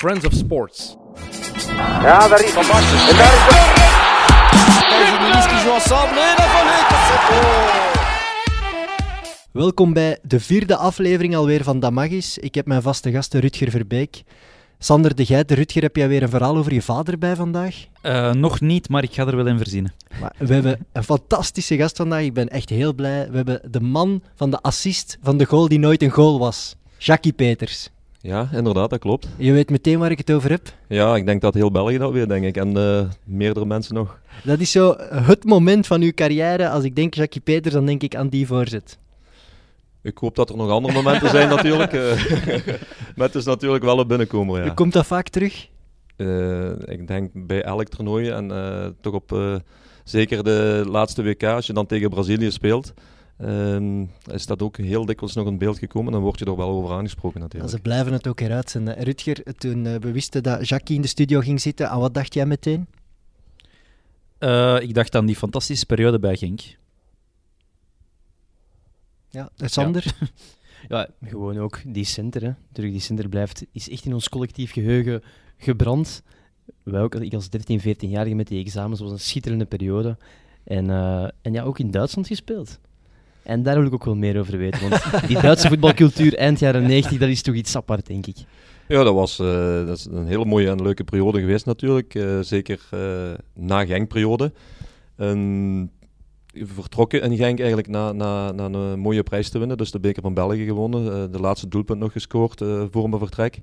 Friends of Sports. Ja, daar is Van Basten. En daar is de... Welkom bij de vierde aflevering alweer van Damagis. Ik heb mijn vaste gasten Rutger Verbeek. Sander de Geit, Rutger, heb jij weer een verhaal over je vader bij vandaag? Eh, nog niet, maar ik ga er wel in verzinnen. Maar we hebben een fantastische gast vandaag. Ik ben echt heel blij. We hebben de man van de assist van de goal die nooit een goal was. Jackie Peters. Ja, inderdaad, dat klopt. Je weet meteen waar ik het over heb. Ja, ik denk dat heel België dat weet, denk ik. En eh, meerdere mensen nog. Dat is zo het moment van uw carrière. Als ik denk Jackie Peters, dan denk ik aan die voorzet. Ik hoop dat er nog andere momenten zijn, natuurlijk. eh. maar het is natuurlijk wel een binnenkomer, ja. Komt dat vaak terug? Eh, ik denk bij elk toernooi en eh, toch op eh, zeker de laatste WK, als je dan tegen Brazilië speelt, ehm, is dat ook heel dikwijls nog in beeld gekomen. Dan word je er wel over aangesproken, Ja, natuurlijk. ze blijven het ook heruitzenden. Rutger, toen eh, we wisten dat Jackie in de studio ging zitten, aan wat dacht jij meteen? Eh, ik dacht aan die fantastische periode bij Genk. Ja, Sander? Ja, gewoon ook die center, hè. Terug die center blijft, is echt in ons collectief geheugen gebrand. Wij ook, ik als 13, 14-jarige met die examens, was een schitterende periode. En, eh, en ja, ook in Duitsland gespeeld. En daar wil ik ook wel meer over weten, want die Duitse voetbalcultuur eind jaren 90, dat is toch iets apart, denk ik. Ja, dat was eh, dat is een hele mooie en leuke periode geweest natuurlijk. Eh, zeker eh, na Genk-periode. En vertrokken in Genk eigenlijk na, na, na een mooie prijs te winnen. Dus de beker van België gewonnen. eh, de laatste doelpunt nog gescoord eh, voor mijn vertrek.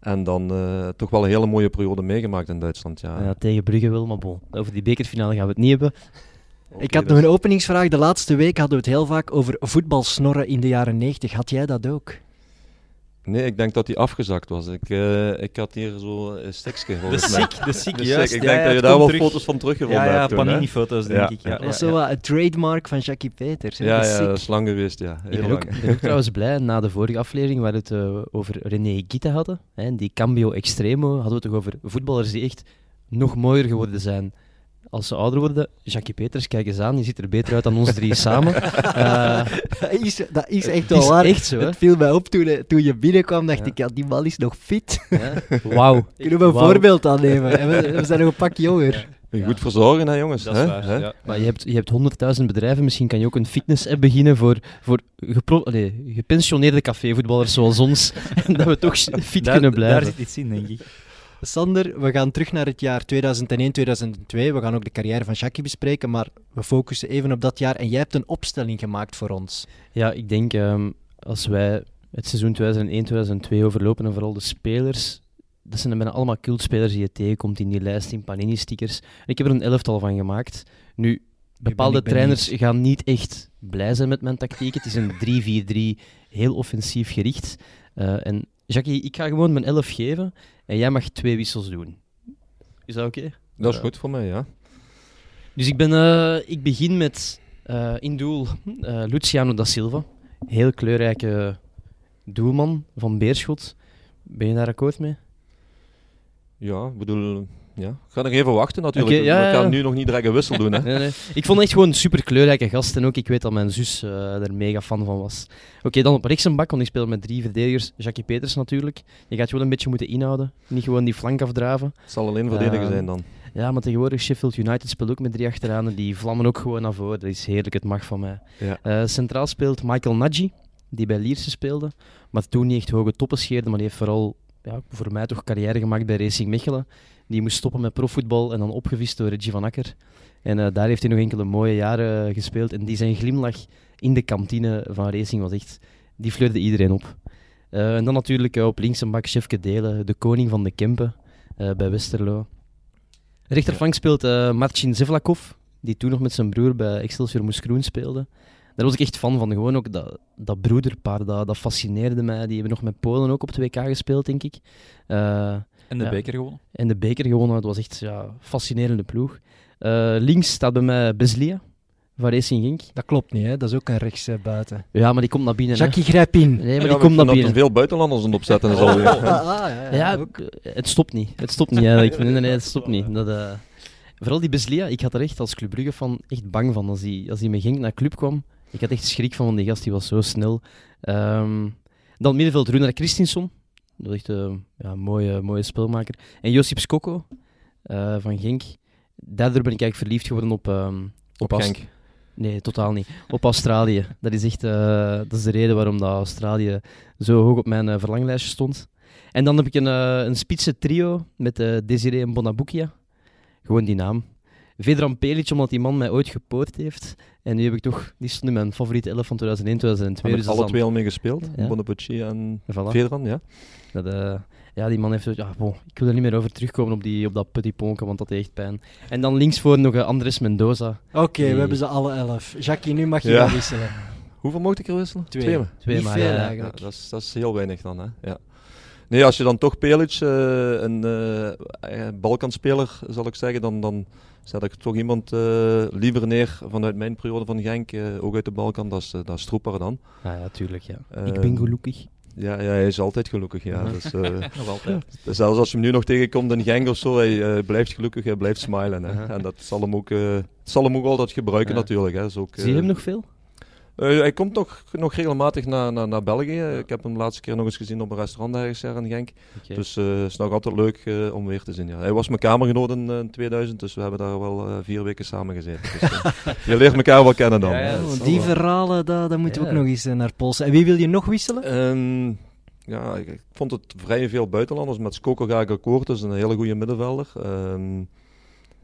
En dan eh, toch wel een hele mooie periode meegemaakt in Duitsland. Ja. En ja, tegen Brugge wel, maar bon, over die bekerfinale gaan we het niet hebben. Oké, Ik had dus- nog een openingsvraag. De laatste week hadden we het heel vaak over voetbalsnorren in de jaren 90. Had jij dat ook? Nee, ik denk dat die afgezakt was. Ik, eh, ik had hier zo een stikje. De volgens mij. ziek, de ziek, De juist. sick. Ik Ja, denk ja, dat je het daar komt wel terug. foto's van teruggevonden Ja, ja, hebt toen, hè? panini-foto's, denk Ja. ik. Ja, dat was zo ja, ja. wat het trademark van Jackie Peters. hè? Ja, De ja, dat sick. is lang geweest, ja. Heel Ik ben lang. ook, ik ben ook trouwens blij, na de vorige aflevering waar we het eh, over René Gita hadden, hè, die cambio extremo, hadden we het toch over voetballers die echt nog mooier geworden zijn als ze ouder worden. Jackie Peters, kijk eens aan, je ziet er beter uit dan ons drie samen. Eh, dat, is, dat is echt het wel is waar. echt zo, hè. Het viel mij op toen, eh, toen je binnenkwam, dacht Ja. ik, ja, die man is nog fit. Ja. Wauw. Kunnen we een Wauw. voorbeeld aan nemen? En we, we zijn nog een pak jonger. Je Goed verzorgen, hè, jongens. Dat is hè? waar, Hè? ja. Maar je hebt, je hebt honderdduizend bedrijven, misschien kan je ook een fitness-app beginnen voor, voor gepro- allee, gepensioneerde cafévoetballers zoals ons, en dat we toch fit Daar- kunnen blijven. Daar zit iets in, denk ik. Sander, we gaan terug naar het jaar 2001, 2002. We gaan ook de carrière van Jackie bespreken, maar we focussen even op dat jaar. En jij hebt een opstelling gemaakt voor ons. Ja, ik denk ehm, als wij het seizoen 2001-2002 overlopen en vooral de spelers, dat zijn bijna allemaal cultspelers die je tegenkomt in die lijst, in panini-stickers. En ik heb er een elftal van gemaakt. Nu, bepaalde ik benieuwd. trainers gaan niet echt blij zijn met mijn tactiek. Het is een 3-4-3, heel offensief gericht. Eh, en Jackie, ik ga gewoon mijn elf geven en jij mag twee wissels doen. Is dat oké? Dat is Ja. goed voor mij, ja. Dus ik, ben, eh, ik begin met eh, in doel eh, Luciano da Silva. Heel kleurrijke doelman van Beerschot. Ben je daar akkoord mee? Ja, ik bedoel... Ja. Ik ga nog even wachten natuurlijk. Oké, ja, We gaan ja. nu nog niet direct een wissel doen, hè. Nee, nee. Ik vond echt gewoon een super kleurrijke gast. En ook ik weet dat mijn zus eh er mega fan van was. Oké, dan op rechts een bak, want ik speel met drie verdedigers. Jackie Peters natuurlijk. Je gaat je wel een beetje moeten inhouden. Niet gewoon die flank afdraven. Het zal alleen verdedigen Eh, zijn dan. Ja, maar tegenwoordig Sheffield United speelt ook met drie achteraan. En die vlammen ook gewoon naar voren. Dat is heerlijk, het mag van mij. Ja. Eh, centraal speelt Michael Nagy, die bij Lierse speelde. Maar toen niet echt hoge toppen scheerde. Maar die heeft vooral ja, voor mij toch carrière gemaakt bij Racing Mechelen. Die moest stoppen met profvoetbal en dan opgevist door Reggie van Akker. En eh, daar heeft hij nog enkele mooie jaren eh, gespeeld. En die zijn glimlach in de kantine van Racing was echt... Die fleurde iedereen op. Eh, en dan natuurlijk eh, op links een bak Chefke Delen, de koning van de Kempen eh, bij Westerlo. Rechterflank speelt eh, Marcin Zevlakov, die toen nog met zijn broer bij Excelsior Moes Groen speelde. Daar was ik echt fan van. Gewoon ook dat, dat broederpaar, dat, dat fascineerde mij. Die hebben nog met Polen ook op 2K gespeeld, denk ik. Eh, En de Ja. beker gewonnen. en de beker gewonnen. Het was echt ja, een fascinerende ploeg. Eh, links staat bij mij Beslia van Racing Genk. Dat klopt niet, hè? Dat is ook een rechts eh, buiten. Ja, maar die komt naar binnen. hè. Jackie, grijp in. Oh, ah, Nee, maar Ja, die komt ik vind naar dat er binnen. veel buitenlanders aan het opzetten is alweer. ja, Ja, eh, het stopt niet. Het stopt niet eigenlijk. Nee, nee, nee, het stopt niet. Dat, eh, Vooral die Beslia, ik had er echt als Club Brugge van echt bang van. Als hij als die met Genk naar Club kwam, ik had echt schrik van, want die gast die was zo snel. Ehm, dan middenveld Runar Christensen, Dat is echt eh, ja, een mooie, mooie speelmaker. En Josip Skoko eh, van Genk. Daardoor ben ik eigenlijk verliefd geworden op... ehm, Op Ast- Genk. Nee, totaal niet. Op Australië. Dat is echt eh, dat is de reden waarom dat Australië zo hoog op mijn eh, verlanglijstje stond. En dan heb ik een, eh, een spitse trio met eh Desiree en Bonabuccia. Gewoon die naam. Vedran Pelic, omdat die man mij ooit gepoord heeft. En nu heb ik toch, die stond in mijn favoriete elf van 2001, 2002. Hebben dus met dat alle is twee al mee gespeeld. Ja. Bonabucci en dan- voilà. Vedran, ja. Dat, eh, ja, die man heeft... zo- Ja, bon, ik wil er niet meer over terugkomen op, die, op dat puttyponken, want dat deed echt pijn. En dan linksvoor nog eh, Andres Mendoza. Oké, Nee. we hebben ze alle elf. Jackie, nu mag je Ja. wel wisselen. Hoeveel mocht ik er wisselen? Twee. maar. Twee Niet maar, eh, veel ja, ja. Ja, eigenlijk. dat, is, dat is heel weinig dan, hè. Ja. Nee, als je dan toch Pelic, eh, een eh, eh, Balkanspeler, zal ik zeggen, dan, dan zet ik toch iemand eh, liever neer vanuit mijn periode van Genk, eh, ook uit de Balkan, dat is, eh, dat is Troeper dan. Ah, ja, tuurlijk, ja. ik Eh, ben gelukkig. Ja, ja, hij is altijd gelukkig, ja. Ja. Dus, eh, Nog altijd. Zelfs als je hem nu nog tegenkomt in Genk of zo, hij eh, blijft gelukkig, hij blijft smilen. Hè. Aha. En dat zal hem ook, eh, het zal hem ook altijd gebruiken Ja. natuurlijk. Hè. Is ook, Zie je hem eh, nog veel? eh, hij komt nog, nog regelmatig naar, naar, naar België. Ik heb hem de laatste keer nog eens gezien op een restaurant ergens daar in Genk. Dus het is nog altijd leuk eh, om weer te zien. Ja. Hij was mijn kamergenoot in eh, 2000, dus we hebben daar wel eh, vier weken samen gezeten. Dus, eh, je leert elkaar wel kennen dan. Ja, ja, hè. dat Oh, zal die wel. verhalen, daar, daar moeten we Ja. ook nog eens eh, naar polsen. En wie wil je nog wisselen? Ehm, ja, ik, ik vond het vrij veel buitenlanders. Met Skoko ga ik akkoord, dat is een hele goede middenvelder. Ehm,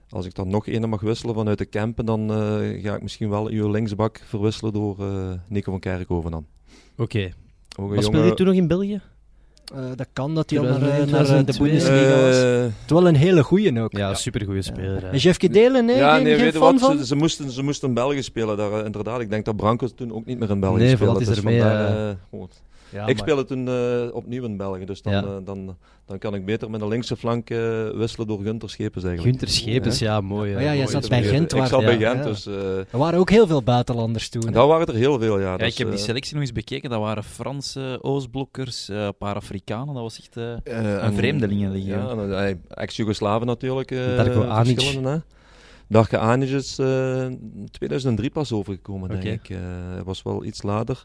als ik dan nog ene mag wisselen vanuit de Kempen, dan eh, ga ik misschien wel uw linksbak verwisselen door eh, Nico van Kerkhoven dan. Oké. Ook een Maar speelde je toen nog in België? Eh, dat kan dat hij al naar, eh, 2002, naar, eh, de Bundesliga was. Eh, Het wel een hele goeie ook. Ja, supergoeie speler, Ja. En Jeffke Delen, nee, ja, geen, nee, geen weet je fan wat? van? Ze, ze moesten, ze moesten in België spelen. Daar, eh, inderdaad, ik denk dat Branco toen ook niet meer in België Nee, voor speelde. dat is dus ermee, vandaar, eh, eh, goed. ik speelde toen eh, opnieuw in België, dus dan, Ja. eh, dan, dan kan ik beter met de linkse flank eh, wisselen door Gunter Schepens eigenlijk. Gunther Schepens, ja, mooi. Maar ja, jij mooi. zat bij Gent. waar- Ik zat bij ja, Gent, ja. dus... eh, Er waren ook heel veel buitenlanders toen. hè? daar waren er heel veel, ja. Ja, dus, ik heb die eh, selectie nog eens bekeken. Dat waren Franse Oostblokkers, eh, een paar Afrikanen. Dat was echt... eh, eh, en vreemdelingen liggen. Ja, en, eh, ex-Jugoslaven natuurlijk. eh Darko Anic. verschillende, hè. Darko Anic is eh, 2003 pas overgekomen, Oké. denk ik. Eh, Hij was wel iets later.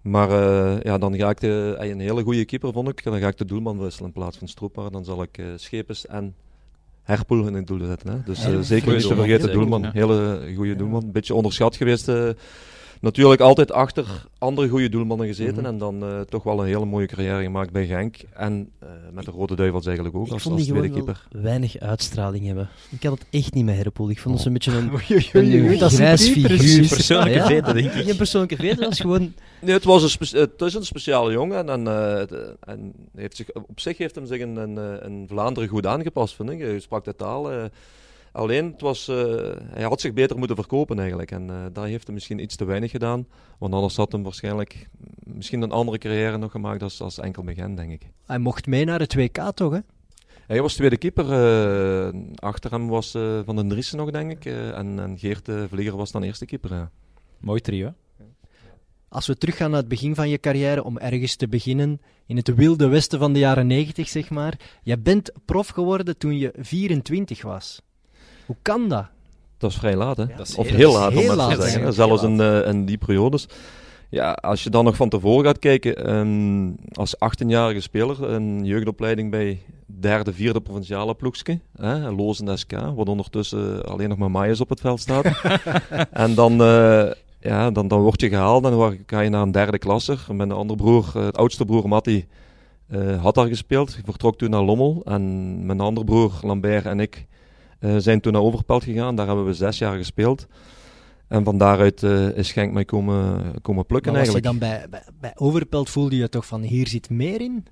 Maar eh, ja, dan ga ik de, hij een hele goede keeper, vond ik. En dan ga ik de doelman wisselen in plaats van Stroepaar. Dan zal ik eh, Schepens en Herpoel in het doel zetten. Hè? Dus Ja, eh, een zeker goede niet te doelman, vergeten, zeker. doelman. Ja. Hele goede doelman. Een beetje onderschat geweest. eh, natuurlijk altijd achter andere goede doelmannen gezeten. Mhm. En dan eh, toch wel een hele mooie carrière gemaakt bij Genk. En eh, met de Rode Duivels eigenlijk ook Ik als, vond als die tweede gewoon wel keeper. weinig uitstraling hebben. Ik had het echt niet met Herpoel. Ik vond het zo'n beetje een, oei, een oei, dat is grijs een typisch figuur. persoonlijke Ja. vete, denk ik. Geen persoonlijke veto, dat is gewoon... Nee, het, was een spe- het is een speciale jongen. En, en, eh, het, eh, en heeft zich, op zich heeft hem zich in, in, eh, in Vlaanderen goed aangepast, vind ik. Hij sprak de taal. eh. alleen, het was, eh, hij had zich beter moeten verkopen eigenlijk. En eh daar heeft hij misschien iets te weinig gedaan. Want anders had hij waarschijnlijk misschien een andere carrière nog gemaakt als, als enkel bij Gent, denk ik. Hij mocht mee naar het WK toch, hè? Hij was tweede keeper. eh, achter hem was eh, Van den Driessen nog, denk ik. eh, en, en Geert eh, Vlieger was dan eerste keeper. ja. Mooi trio. Als we teruggaan naar het begin van je carrière, om ergens te beginnen, in het wilde westen van de jaren 90, zeg maar. Je bent prof geworden toen je 24 was. Hoe kan dat? Dat is vrij laat, hè? Dat is Of heel- heel dat is laat, heel om laat, het hè. te zeggen. Dat hè. is heel Zelfs in, eh, in die periodes. Ja, als je dan nog van tevoren gaat kijken, ehm, als 18-jarige speler, een jeugdopleiding bij derde, vierde provinciale ploegske, hè, Lozen SK, wat ondertussen alleen nog maar Maaiers op het veld staat. en dan, eh, ja, dan, dan word je gehaald en dan ga je naar een derde klasser. Mijn andere broer, eh, het oudste broer Matti, eh, had daar gespeeld, vertrok toen naar Lommel. En mijn andere broer Lambert en ik eh, zijn toen naar Overpelt gegaan. Daar hebben we zes jaar gespeeld. En van daaruit eh, is Genk mij komen, komen plukken Maar was je dan eigenlijk. bij, bij, bij Overpelt voelde je toch van hier zit meer in?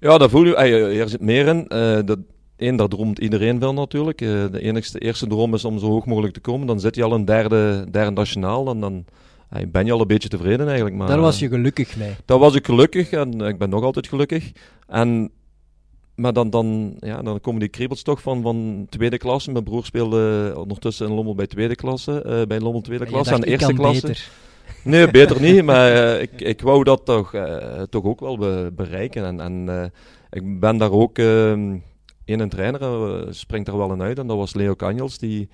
Ja, daar voel je. eh, er zit meer in. Eh, dat, één, daar droomt iedereen wel natuurlijk. Eh, de enigste, eerste droom is om zo hoog mogelijk te komen. Dan zit je al een derde, derde nationaal. Dan, dan eh, ben je al een beetje tevreden eigenlijk. Maar, Daar was eh, je gelukkig mee. Daar was ik gelukkig en eh, ik ben nog altijd gelukkig. En, maar dan, dan, ja, dan komen die kriebels toch van, van tweede klasse. Mijn broer speelde ondertussen in Lommel bij tweede klasse, eh, bij Lommel tweede En Ah, je dacht, klasse en ik eerste kan klasse. beter. Nee, beter niet, maar eh, ik, ik wou dat toch, eh, toch ook wel be- bereiken. En, en eh, ik ben daar ook ehm, in een trainer, eh, springt er wel in uit. En dat was Leo Canjels, die,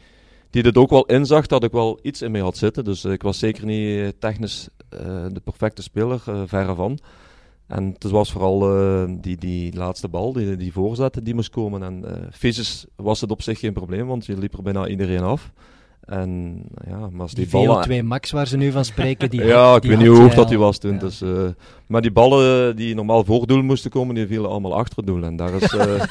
die dit ook wel inzag dat ik wel iets in mij had zitten. Dus eh, ik was zeker niet eh, technisch eh, de perfecte speler, eh verre van. En En het was vooral eh, die, die laatste bal, die, die voorzet die moest komen. En eh Visus was het op zich geen probleem, want je liep er bijna iedereen af. En ja, maar als Dus die, Die ballen... VO2 max waar ze nu van spreken, die ja, ik die weet had niet hoe hoog jij dat die al. was toen. Ja. Dus, eh, maar die ballen die normaal voor doel moesten komen, die vielen allemaal achter het doel. En daar is, eh,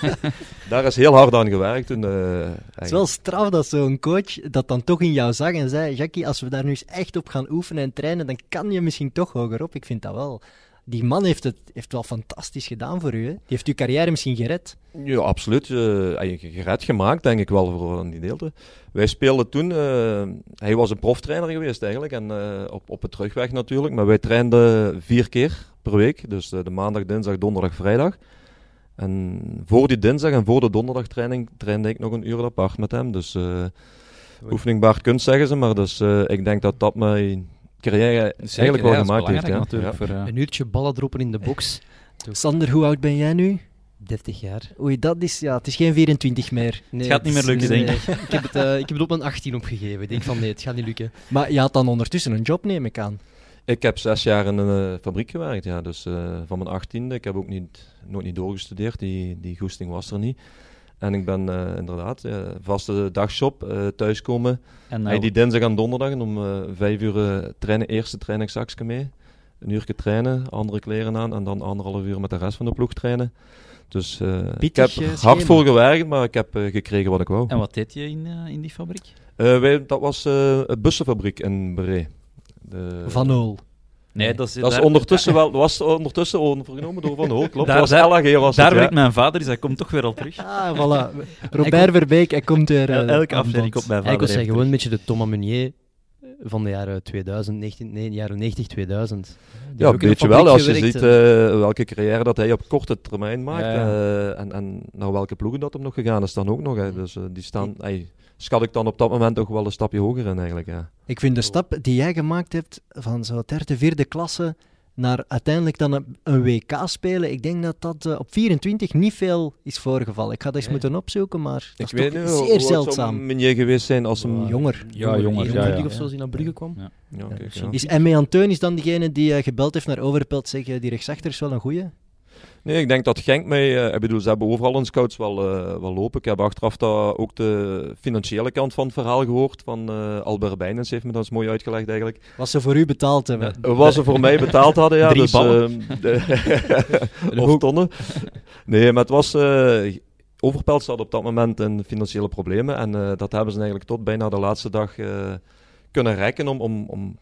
daar is heel hard aan gewerkt. Toen, eh, Het is eigenlijk. wel straf dat zo'n coach dat dan toch in jou zag en zei: Jackie, als we daar nu eens echt op gaan oefenen en trainen, dan kan je misschien toch hogerop. Ik vind dat wel. Die man heeft het heeft wel fantastisch gedaan voor u. Hè? Die heeft uw carrière misschien gered. Ja, absoluut. eh, Hij heeft gered gemaakt, denk ik wel, voor aan die deelte. Wij speelden toen, eh, hij was een proftrainer geweest eigenlijk, en eh, op, op de terugweg natuurlijk. Maar wij trainden vier keer per week, dus eh, de maandag, dinsdag, donderdag, vrijdag. En voor die dinsdag en voor de donderdagtraining trainde ik nog een uur apart met hem. Dus eh oefening baart kunst, zeggen ze. Maar dus, eh, ik denk dat dat mijn carrière eigenlijk wel gemaakt heeft. Ja. natuurlijk. Ja. Voor, eh, Een uurtje ballen droppen in de box. Sander, hoe oud ben jij nu? 30 jaar. Oei, dat is, ja, het is geen 24 meer. Nee, gaat niet meer lukken, nee, denk nee. ik. Heb het, eh, ik heb het op mijn 18 opgegeven. Ik denk van nee, het gaat niet lukken. Maar je had dan ondertussen een job, neem ik aan. Ik heb zes jaar in een eh, fabriek gewerkt, ja. Dus eh, van mijn achttiende. Ik heb ook niet, nooit niet doorgestudeerd. Die, die goesting was er niet. En ik ben eh, inderdaad eh, vaste dagshop, eh, thuiskomen. en, Hij eh, die dinsdag en donderdag en om eh, vijf uur eh, trainen. Eerste training zakje mee. Een uurtje trainen, andere kleren aan en dan anderhalf uur met de rest van de ploeg trainen. Dus eh, ik heb Pittig, eh, hard schema. voor gewerkt, maar ik heb eh, gekregen wat ik wou. en wat deed je in, eh, in die fabriek? Eh, wij, dat was eh een bussenfabriek in Bree. De- Van Ool. Nee, dat is, dat is daar- ondertussen wel, was ondertussen overgenomen door Van Hoog, klopt. Daar- was daar- LAG was Daar het, ja. werkt mijn vader, dus hij komt toch weer al terug. Ah, voilà. Robert Verbeek, hij komt weer. eh, Elke aan aflevering bod. komt mijn vader. Eigenlijk was hij even gewoon een beetje de Thomas Meunier eh, van de jaren 2000, 19, nee, jaren 90, 2000. Ja, een beetje wel. Als je ziet eh, welke carrière dat hij op korte termijn maakt Ja, ja. eh, en, en naar welke ploegen dat hem nog gegaan is dan ook nog. hè. Dus eh, die staan, ey, schat ik dan op dat moment toch wel een stapje hoger in eigenlijk. Ja. Ik vind de stap die jij gemaakt hebt van zo derde, vierde klasse naar uiteindelijk dan een, een WK spelen, ik denk dat dat eh, op 24 niet veel is voorgevallen. Ik ga dat eens Nee. moeten opzoeken, maar dat Ik is weet toch niet zeer zeldzaam. zou Meunier geweest zijn als hem... Jonger. Ah, Ja, jonger, ja, ja. of zo, als hij naar Brugge kwam. Ja. Ja, kijk, ja. Is M.E. Anteun is dan diegene die eh, gebeld heeft naar Overpelt, zeg eh, die rechtsachter is wel een goeie? Nee, ik denk dat Genk mee... eh, ik bedoel, ze hebben overal hun scouts wel, eh, wel lopen. Ik heb achteraf daar ook de financiële kant van het verhaal gehoord. Van eh, Albert Bijnens heeft me dat eens mooi uitgelegd eigenlijk. Wat ze voor u betaald hebben. Wat ze voor mij betaald hadden, ja. Drie dus, ballen. ehm, de- of tonnen. Nee, maar het was... eh Overpelt zat op dat moment in financiële problemen. En eh, dat hebben ze eigenlijk tot bijna de laatste dag eh, kunnen rekken om, om, om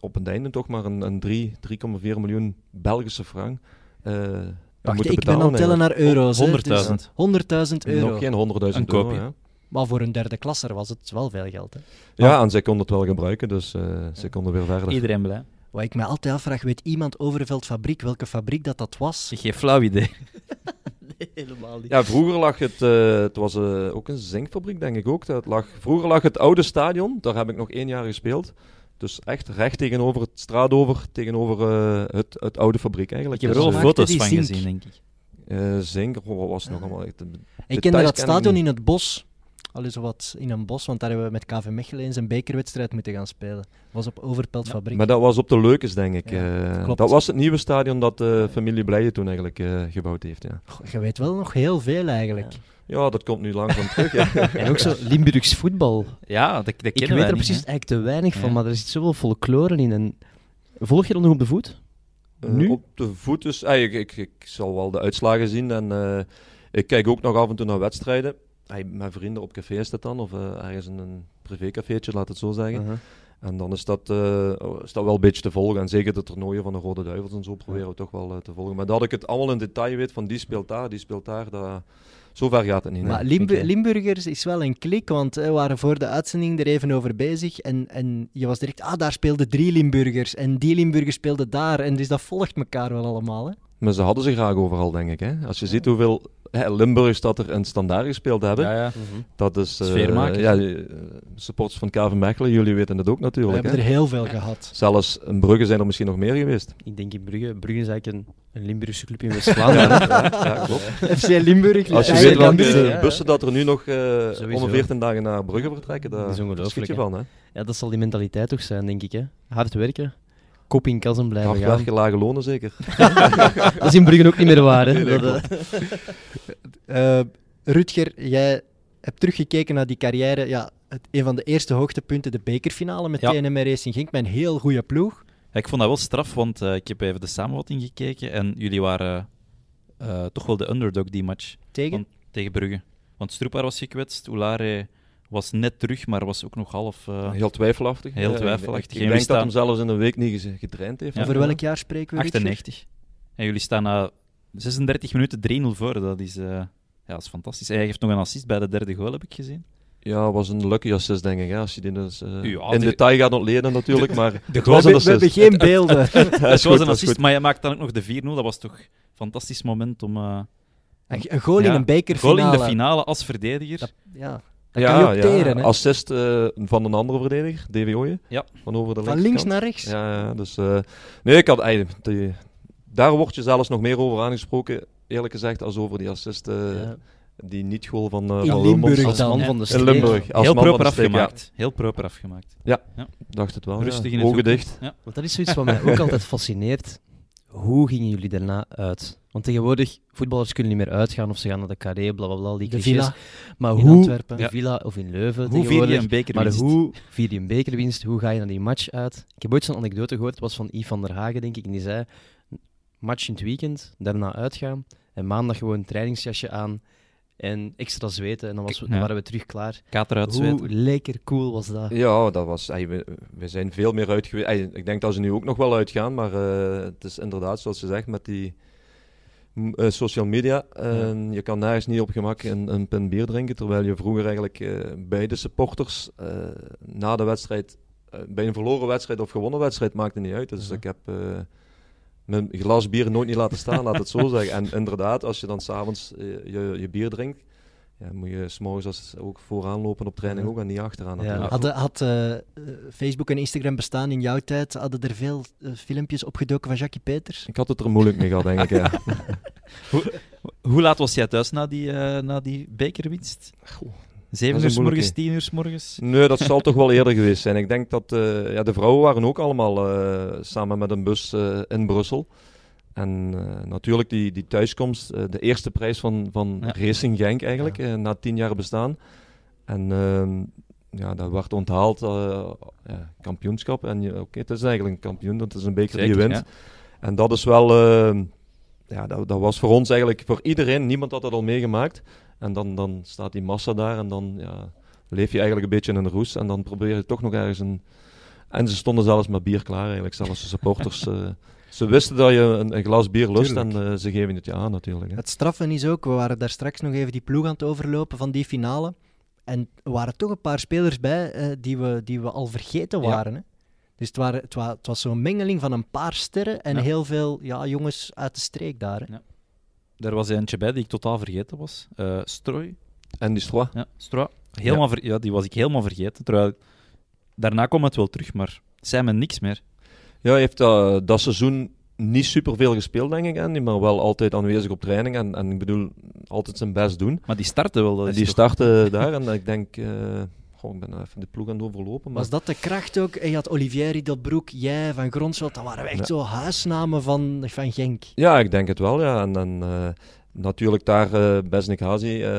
op een einde toch maar een, een drie- 3,4 miljoen Belgische frank eh Wacht, moeten ik ben aan betalen het tellen naar euro's. hè, dus 100.000. 100.000 eigenlijk. euro. Nog geen 100.000 Een euro, koopje. ja. Maar voor een derde klasser was het wel veel geld. Hè. Ja, Ah. en zij konden het wel gebruiken, dus eh zij konden weer verder. Iedereen blij. Wat ik me altijd afvraag, weet iemand Overveld fabriek, welke fabriek dat dat was? Ik geef flauw idee. helemaal niet. Ja, vroeger lag het, eh, het was eh, ook een zinkfabriek denk ik ook. Dat lag, vroeger lag het oude stadion, daar heb ik nog één jaar gespeeld. Dus echt recht tegenover het straadover, tegenover eh, het, het oude fabriek Ik eigenlijk. heb er Dus, wel Maakte eh, foto's die van zink. gezien, denk ik. eh, zink, oh, wat was het nog allemaal? Echt, eh, Ik Details kende dat ken ik stadion niet. in het bos. Al is wat in een bos, want daar hebben we met KV Mechelen eens een bekerwedstrijd moeten gaan spelen. was op Overpeldfabriek. Maar dat was op de Leukes, denk ik. Ja, eh. klopt. dat was het nieuwe stadion dat de familie Blijen toen eigenlijk eh, gebouwd heeft. Ja. Goh, je weet wel nog heel veel eigenlijk. ja, dat komt nu langzaam terug. Ja. En ook zo Limburgs voetbal. Ja, dat, dat kennen Ik wij weet er niet, precies hè. eigenlijk te weinig van, Ja. maar er zit zoveel folklore in. En volg je dat nog op de voet? Eh, Nu? Op de voet dus. eh, ik, ik, ik zal wel de uitslagen zien. En eh, ik kijk ook nog af en toe naar wedstrijden. Hey, mijn vrienden op café is dat dan. Of eh, ergens in een privécafeetje, laat het zo zeggen. Uh-huh. En dan is dat, eh, is dat wel een beetje te volgen. En zeker de toernooien van de Rode Duivels en zo proberen we toch wel eh, te volgen. Maar dat ik het allemaal in detail weet van die speelt daar, die speelt daar. Dat... Zover gaat het niet. nee. maar Limbu- oké. Limburgers is wel een klik, want eh, we waren voor de uitzending er even over bezig. En, en je was direct, ah, daar speelden drie Limburgers. En die Limburgers speelden daar. En dus dat volgt elkaar wel allemaal. Hè? Maar ze hadden ze graag overal, denk ik. Hè? Als je ziet hoeveel eh, Limburgers dat er in standaard gespeeld hebben. Ja, ja. Dat is... eh, Sfeermakers. ja, eh, supporters van KV Mechelen, jullie weten het ook We natuurlijk. hebben hè? er heel veel gehad. Zelfs in Brugge zijn er misschien nog meer geweest. Ik denk in Brugge. Brugge is eigenlijk een, een Limburgse club in West-Vlaanderen. Ja, klopt. FC Limburg. Als je ligt weet eigenlijk aan de welke eh, kan dus, ja, ja. bussen dat er nu nog eh Sowieso. om de 14 dagen naar Brugge vertrekken, daar Dat is ongelooflijk, schiet je hè. van. Hè? Ja, dat zal die mentaliteit toch zijn, denk ik. Hè? Hard werken, kop in kassen blijven Hard gaan. werken, lage lonen zeker. Dat is in Brugge ook niet meer waar. Hè? Nee, Dat, eh, Eh, Rutger, jij hebt teruggekeken naar die carrière. Ja, het, een van de eerste hoogtepunten, de bekerfinale met Ja. TNM Racing Genk. Met een heel goede ploeg. Ja, ik vond dat wel straf, want eh, ik heb even de samenvatting gekeken en jullie waren eh, toch wel de underdog die match Tegen? Want- tegen Brugge. Want Stroepaar was gekwetst, Oulare was net terug, maar was ook nog half... eh, Heel twijfelachtig. Heel Ja, twijfelachtig. Ik, ik Geen denk wist dat dat- hem zelfs in een week niet geze- getraind heeft. Ja. Over welk jaar spreken we? Rutger? 98. En jullie staan na 36 minuten 3-0 voor. Dat is, eh, ja, dat is fantastisch. En hij geeft nog een assist bij de derde goal, heb ik gezien. Ja, was een lucky assist, denk ik. hè, Als je die dus, eh, Ja, in de- detail gaat ontleden natuurlijk, maar het We, was hebben- een we assist. hebben geen beelden. Ja, het is was goed, een dat is assist, goed. maar hij maakt dan ook nog de 4-0. Dat was toch een fantastisch moment om... eh Een goal in Ja, een goal bekerfinale. in de finale als verdediger. Dat- ja. Dat kan je Ja, ook teren, ja. hè. assist eh, van een andere verdediger, DV Ooyen. Ja. Van over de Van links linkerkant. naar rechts. Ja, ja, dus... eh, nee, ik had eigenlijk... die- daar word je zelfs nog meer over aangesproken, eerlijk gezegd, als over die assist, eh, ja. die niet-goal van, eh van In Wilmots. Limburg als dan, man hè. van de In streek. Limburg. Als Heel man van proper de steek, ja. afgemaakt. Heel proper afgemaakt. dacht het wel. ja. Rustig in het Ogen hoekje. dicht. Ja. Want dat is zoiets wat mij ook altijd fascineert. Hoe gingen jullie daarna uit? Want tegenwoordig, voetballers kunnen niet meer uitgaan of ze gaan naar de carré, bla bla bla, die De clichés. Villa maar in hoe, Antwerpen. de Villa of in Leuven Hoe vier je tegenwoordig. een beker maar hoe vier je een bekerwinst? Hoe ga je naar die match uit? Ik heb ooit zo'n anekdote gehoord, het was van Yves van der Hagen, denk ik. En die zei, match in het weekend, daarna uitgaan. En maandag gewoon een trainingsjasje aan en extra zweten. En dan, was, Kijk, dan ja. waren we terug klaar. Kater Hoe lekker cool was dat? Ja, dat was, ey, we, we zijn veel meer uit geweest. Ey, ik denk dat ze nu ook nog wel uitgaan, maar eh, het is inderdaad, zoals je zegt, met die m, eh, social media. eh, Je kan nergens niet op gemak een, een pint bier drinken, terwijl je vroeger eigenlijk eh, bij de supporters eh, na de wedstrijd, eh, bij een verloren wedstrijd of gewonnen wedstrijd, maakte niet uit. Dus Ja. ik heb eh, mijn glas bier nooit niet laten staan, laat het zo zeggen. En inderdaad, als je dan s'avonds avonds eh, je, je bier drinkt, ja, moet je s'morgens als- ook vooraan lopen op training Ja. ook en niet achteraan. Ja. natuurlijk. Hadden, had eh, eh, Facebook en Instagram bestaan in jouw tijd, hadden er veel eh, filmpjes opgedoken van Jackie Peters? Ik had het er moeilijk mee gehad, denk ik. Ja. Hoe laat was jij thuis na die, eh, na die bekerwinst? Goh, Zeven dat uur is s een morgens, moeilijke. tien uur s morgens? Nee, dat zal toch wel eerder geweest zijn. Ik denk dat eh, ja, de vrouwen waren ook allemaal eh, samen met een bus eh, in Brussel. En eh, natuurlijk die, die thuiskomst, eh, de eerste prijs van, van Ja. Racing Genk eigenlijk, eh, na tien jaar bestaan. En ehm, ja, dat werd onthaald, eh, ja, kampioenschap. En je- oké, het is eigenlijk een kampioen, dat is een beker die je Zeker, wint. ja. En dat is wel, ehm, ja, dat, dat was voor ons eigenlijk, voor iedereen, niemand had dat al meegemaakt. En dan, dan staat die massa daar en dan ja, leef je eigenlijk een beetje in een roes. En dan probeer je toch nog ergens een... En ze stonden zelfs met bier klaar eigenlijk, zelfs de supporters. eh, ze wisten dat je een, een glas bier lust en eh, ze geven het je aan natuurlijk. Hè. Het straffen is ook, we waren daar straks nog even die ploeg aan het overlopen van die finale. En er waren toch een paar spelers bij eh, die, we, die we al vergeten Ja. waren. Hè? Dus het, waren, het, wa- het was zo'n mengeling van een paar sterren en Ja. heel veel ja, jongens uit de streek daar. Hè? Daar was eentje bij die ik totaal vergeten was. Eh Strooi. En die stroa. Ja, Strooi. Helemaal ver- ja, die was ik helemaal vergeten. Terwijl, daarna kwam het wel terug, maar zei me niks meer. Ja, hij heeft eh, dat seizoen niet superveel gespeeld denk ik, Andy, maar wel altijd aanwezig op training. En, en ik bedoel, altijd zijn best doen. Maar die startte wel. Dat is die toch- startte daar en ik denk, eh, goh, ik ben even de ploeg aan het overlopen. Maar Was dat de kracht ook? En je had Olivier Riedelbroek, jij van Gronsveld, dat waren echt Ja. zo huisnamen van, van Genk. Ja, ik denk het wel. Ja. En, en eh, natuurlijk daar eh Besnik Hazi, eh,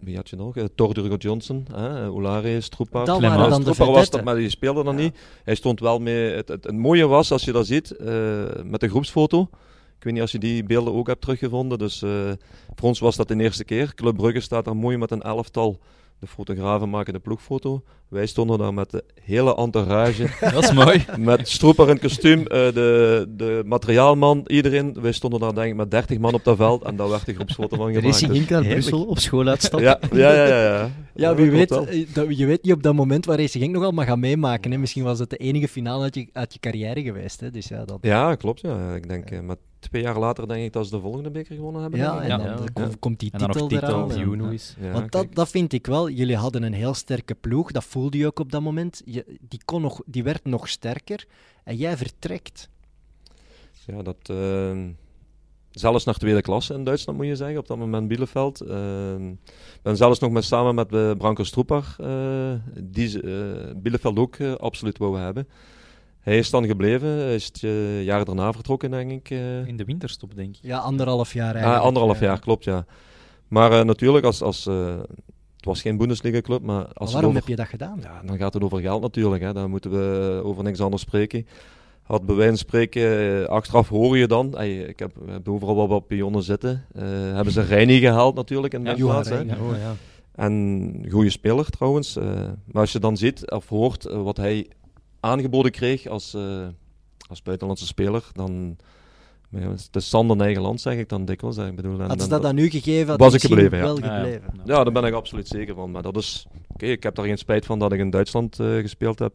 wie had je nog? Uh, Tordurgo Johnson, hè, Oulare, Stroepaar. Dat Clement. waren dan de Stroepaar was dat, vedetten. maar die speelde dan Ja. niet. Hij stond wel mee. Het, het, het mooie was, als je dat ziet, eh, met de groepsfoto. Ik weet niet als je die beelden ook hebt teruggevonden. Dus eh, voor ons was dat de eerste keer. Club Brugge staat daar mooi met een elftal. De fotografen maken de ploegfoto. Wij stonden daar met de hele entourage Dat is mooi. met Stroeper in kostuum, eh, de, de materiaalman, iedereen. Wij stonden daar denk ik met 30 man op dat veld en daar werd de groepsfoto van Er gemaakt. is in Genk naar heerlijk. Brussel op schooluitstap. ja, ja, ja, ja, ja. Ja, dat wie klopt weet, wel. eh, dat, je weet niet op dat moment waar Racing Genk nogal mag gaan meemaken. Hè? Misschien was het de enige finale uit je, uit je carrière geweest. Hè? Dus ja, dat... Ja, klopt. Ja. Ik denk, eh, maar twee jaar later denk ik dat ze de volgende beker gewonnen hebben. Ja, denk en ik. Ja. dan eh, kom- Ja. komt die En dan nog titel titel, eraan. die en- Juno. Ja, Want kijk. dat, dat vind ik wel. Jullie hadden een heel sterke ploeg. Dat voelde je ook op dat moment. Je, die, kon nog, die werd nog sterker. En jij vertrekt. Ja, dat... eh, zelfs naar tweede klasse in Duitsland, moet je zeggen. Op dat moment Bielefeld. Eh, Ik ben zelfs nog met, samen met eh Branko Stroepar, eh, die ze, eh, Bielefeld ook eh, absoluut wou hebben. Hij is dan gebleven, hij is het eh, jaar daarna vertrokken, denk ik. eh. In de winterstop, denk ik. Ja, anderhalf jaar Ah, eigenlijk. eh. anderhalf ja. jaar, klopt, ja. Maar eh, natuurlijk, als, als, eh, het was geen Bundesliga-club, maar Maar als het waarom over- heb je dat gedaan? ja, nou, dan gaat het over geld natuurlijk. Hè. Daar moeten we over niks anders spreken. Had bij wijze van spreken, eh, achteraf hoor je dan. Hey, ik heb, we hebben overal wel wat pionnen zitten. Eh, hebben ze Reini gehaald natuurlijk in de Ja, plaats. Johan hè. Reini. Oh, ja. En goede speler trouwens. Eh, maar als je dan ziet of hoort eh, wat hij aangeboden kreeg als, eh, als buitenlandse speler, dan... maar ja, Het is Sander Nijgeland, zeg ik dan dikwijls. hè. Ik bedoel, en- Had ze en- dat dan nu gegeven, had hij Was ik misschien gebleven, ja. wel Ah, ja. gebleven. Nou. ja, daar ben ik absoluut zeker van. Maar dat is... Oké, ik heb daar geen spijt van dat ik in Duitsland eh, gespeeld heb.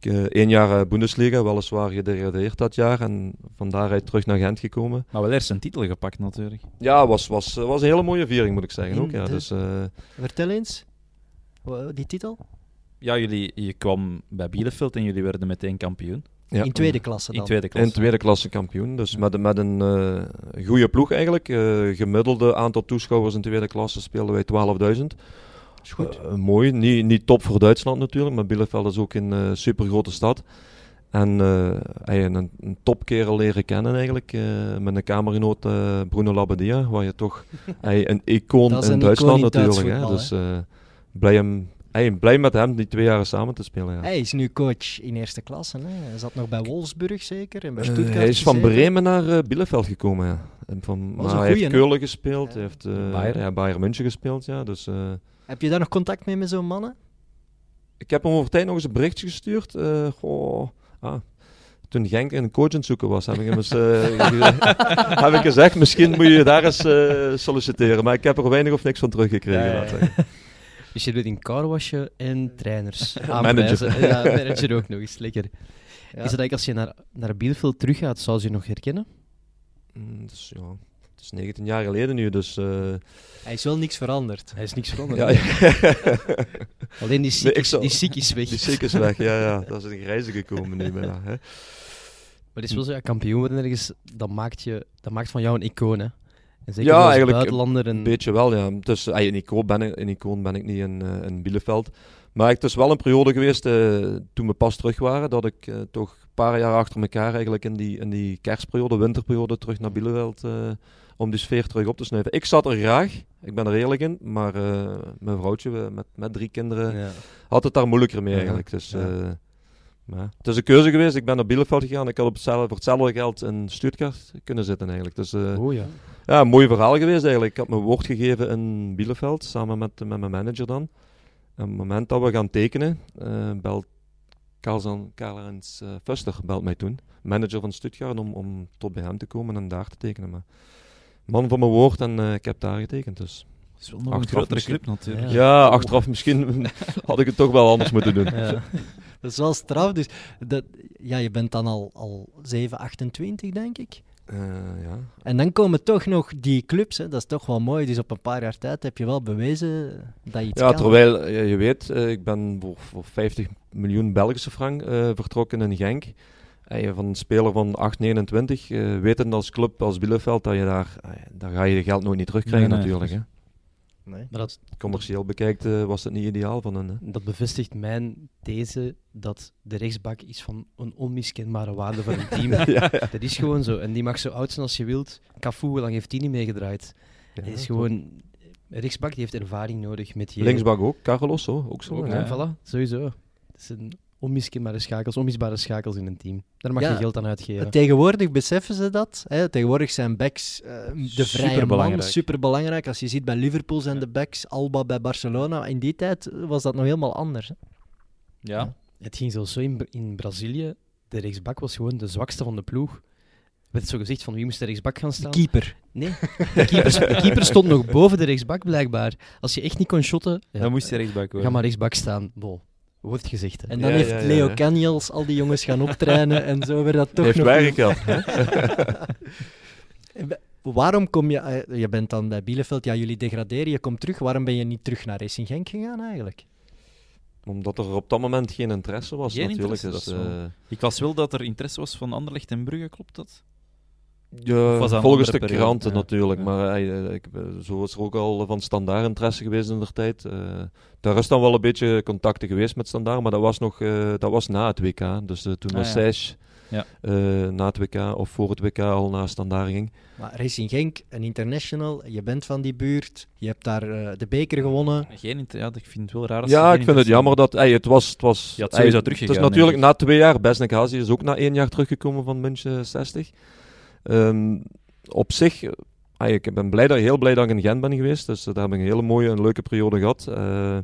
Ik eh één jaar eh, Bundesliga, weliswaar gedegradeerd dat jaar. En van daaruit terug naar Gent gekomen. Maar wel eerst een titel gepakt, natuurlijk. Ja, was, was, eh, was een hele mooie viering, moet ik zeggen. Ook, ja. Inderdaad. Dus, eh, Vertel eens, Wa- die titel? Ja, jullie, je kwam bij Bielefeld en jullie werden meteen kampioen. ja. In tweede klasse dan. In tweede In klasse. tweede klasse kampioen. Dus met, met een eh, goede ploeg eigenlijk. Eh, gemiddelde aantal toeschouwers in tweede klasse speelden wij 12.000. Is goed. Eh, mooi. Niet, niet top voor Duitsland natuurlijk, maar Bielefeld is ook een super supergrote stad. En eh, hij heeft een, een topkerel leren kennen eigenlijk, eh, met een kamergenoot eh, Bruno Labbadia, waar je toch hij een icoon Dat is in een Duitsland icoon in Duits natuurlijk. hè. voetbal, Dus eh, blij, hem, hey, blij met hem die twee jaren samen te spelen. Ja. Hij is nu coach in eerste klasse. Hè. Hij zat nog bij Wolfsburg zeker en bij Eh, Stuttgart. hij is van gezeten. Bremen naar eh Bielefeld gekomen. Ja. En Dat van, is maar een hij heeft goeie, hè? Keulen gespeeld, Ja. hij heeft eh, Bayern. Ja, Bayern München gespeeld. Ja. Dus, eh, Heb je daar nog contact mee met zo'n mannen? ik heb hem over tijd nog eens een berichtje gestuurd. eh, goh, ah, toen Genk een coach aan het zoeken was, heb ik, hem eens, eh, gezegd- heb ik gezegd, misschien moet je daar eens eh, solliciteren. Maar ik heb er weinig of niks van teruggekregen. Ja, ja, laat ja. zeggen. Dus je doet in carwasje en trainers. Manager. Aanprijzen. Ja, manager ook nog eens. Lekker. Is het eigenlijk als je naar, naar Bielefeld teruggaat, zou ze je nog herkennen? Mm, dus, ja, het is 19 jaar geleden nu, dus... eh, Hij is wel niks veranderd. Hij is niks veranderd. ja, ja. Alleen die ziek, ik is- zou- die ziek is weg. Die ziek is weg, ja, ja. Dat is een grijze gekomen nu bijna. Hè. Maar het is wel zo, ja, kampioen worden ergens, dat maakt, je, dat maakt van jou een icoon, hè? En zeker Ja, als eigenlijk, buitenlander en... Een beetje wel, ja. Dus eh, in icoon ben ik, in icoon ben ik niet in, eh, in Bielefeld. Maar het is wel een periode geweest eh, toen we pas terug waren, dat ik eh, toch een paar jaar achter elkaar eigenlijk in die, in die kerstperiode, winterperiode, terug naar Bielefeld eh, om die sfeer terug op te snuiven. Ik zat er graag, ik ben er eerlijk in, maar eh, mijn vrouwtje we- met, met drie kinderen Ja. had het daar moeilijker mee Ja, eigenlijk. Dus, ja. eh, maar het is een keuze geweest, ik ben naar Bielefeld gegaan, ik had op hetzelfde, voor hetzelfde geld in Stuttgart kunnen zitten eigenlijk. Dus, eh, Oh ja. ja, een mooi verhaal geweest eigenlijk. Ik had mijn woord gegeven in Bielefeld, samen met, met mijn manager dan. En op het moment dat we gaan tekenen, eh, belt Karl-Heinz Karl Fuster belt mij toen, manager van Stuttgart, om, om tot bij hem te komen en daar te tekenen. Maar man van mijn woord en eh, ik heb daar getekend. Dus. Het is wel nog een Achteraf grotere misschien. club, natuurlijk. Ja. Ja. achteraf misschien had ik het toch wel anders moeten doen. ja. Dat is wel straf. Dus dat, ja, je bent dan al, al 7, 28, denk ik. Eh, ja. En dan komen toch nog die clubs. Hè. Dat is toch wel mooi. Dus op een paar jaar tijd heb je wel bewezen dat je iets Ja, kan. terwijl eh, je weet, eh, ik ben voor, voor 50 miljoen Belgische frank eh, vertrokken in Genk. En je van een speler van 8,29, eh wetend als club als Bielefeld, dat je daar, eh, daar ga je je geld nooit niet terugkrijgen Nee, nee. natuurlijk. Hè. Nee. Maar dat, Commercieel bekijkt eh, was het niet ideaal van hen. Hè. dat bevestigt mijn these dat de rechtsbak is van een onmiskenbare waarde van een team. Dat is gewoon zo. En die mag zo oud zijn als je wilt. Cafu, hoe lang heeft die niet meegedraaid? Ja, Het toch. is gewoon... een Rechtsbak die heeft ervaring nodig met je... Linksbak ook, Carlos hoor, ook zo. Ook, hè. ja. Voilà, sowieso. Het is een onmiskenbare schakels, onmisbare schakels in een team. Daar mag Ja. je geld aan uitgeven. Eh, Tegenwoordig beseffen ze dat. Hè. Tegenwoordig zijn backs eh, de vrije man. Superbelangrijk. Superbelangrijk. Als je ziet bij Liverpool zijn de backs, Alba bij Barcelona. In die tijd was dat nog helemaal anders. Hè. Ja. Het ging zelfs zo in, Bra- in Brazilië. De rechtsbak was gewoon de zwakste van de ploeg. Werd zo gezegd van wie moest de rechtsbak gaan De staan? keeper. nee, de keeper, de keeper stond nog boven de rechtsbak blijkbaar. Als je echt niet kon shotten, ja, Dan moest je rechtsbak ga worden. maar rechtsbak staan. Bo, wordt gezegd. Hè. En dan Ja, heeft ja, ja, Leo ja. Canjels al die jongens gaan optrainen. en zo werd dat toch Heeft nog werk gehad. Waarom kom je... eh, Je bent dan bij Bielefeld, ja, jullie degraderen, je komt terug. Waarom ben je niet terug naar Racing Genk gegaan eigenlijk? Omdat er op dat moment geen interesse was Geen natuurlijk. interesse, dus, dat is wel- eh, Ik las wel dat er interesse was van Anderlecht en Brugge, klopt dat? Ja, Of was dat een volgens de andere periode? kranten Ja. natuurlijk. Ja. Maar eh, ik, eh, zo is er ook al van standaard interesse geweest in der tijd. Eh, daar is dan wel een beetje contacten geweest met standaard, maar dat was, nog, eh, dat was na het WK. Dus eh, toen Ah, was ja. Sage Ja. eh, na het WK of voor het WK al naar standaard ging. Maar Racing Genk, een international, je bent van die buurt, je hebt daar eh, de beker gewonnen. Geen inter- ja, ik vind het wel raar. als ze Ja, geen ik vind het interesse- jammer dat... ey, het was, het was, Je had ey, sowieso Het teruggegaan, is natuurlijk denk na twee jaar. Besnik Hazi is ook na één jaar teruggekomen van München 60. Ehm, op zich... eh, ey, ik ben blij dat, heel blij dat ik in Gent ben geweest. Dus eh, daar heb ik een hele mooie en leuke periode gehad. Eh,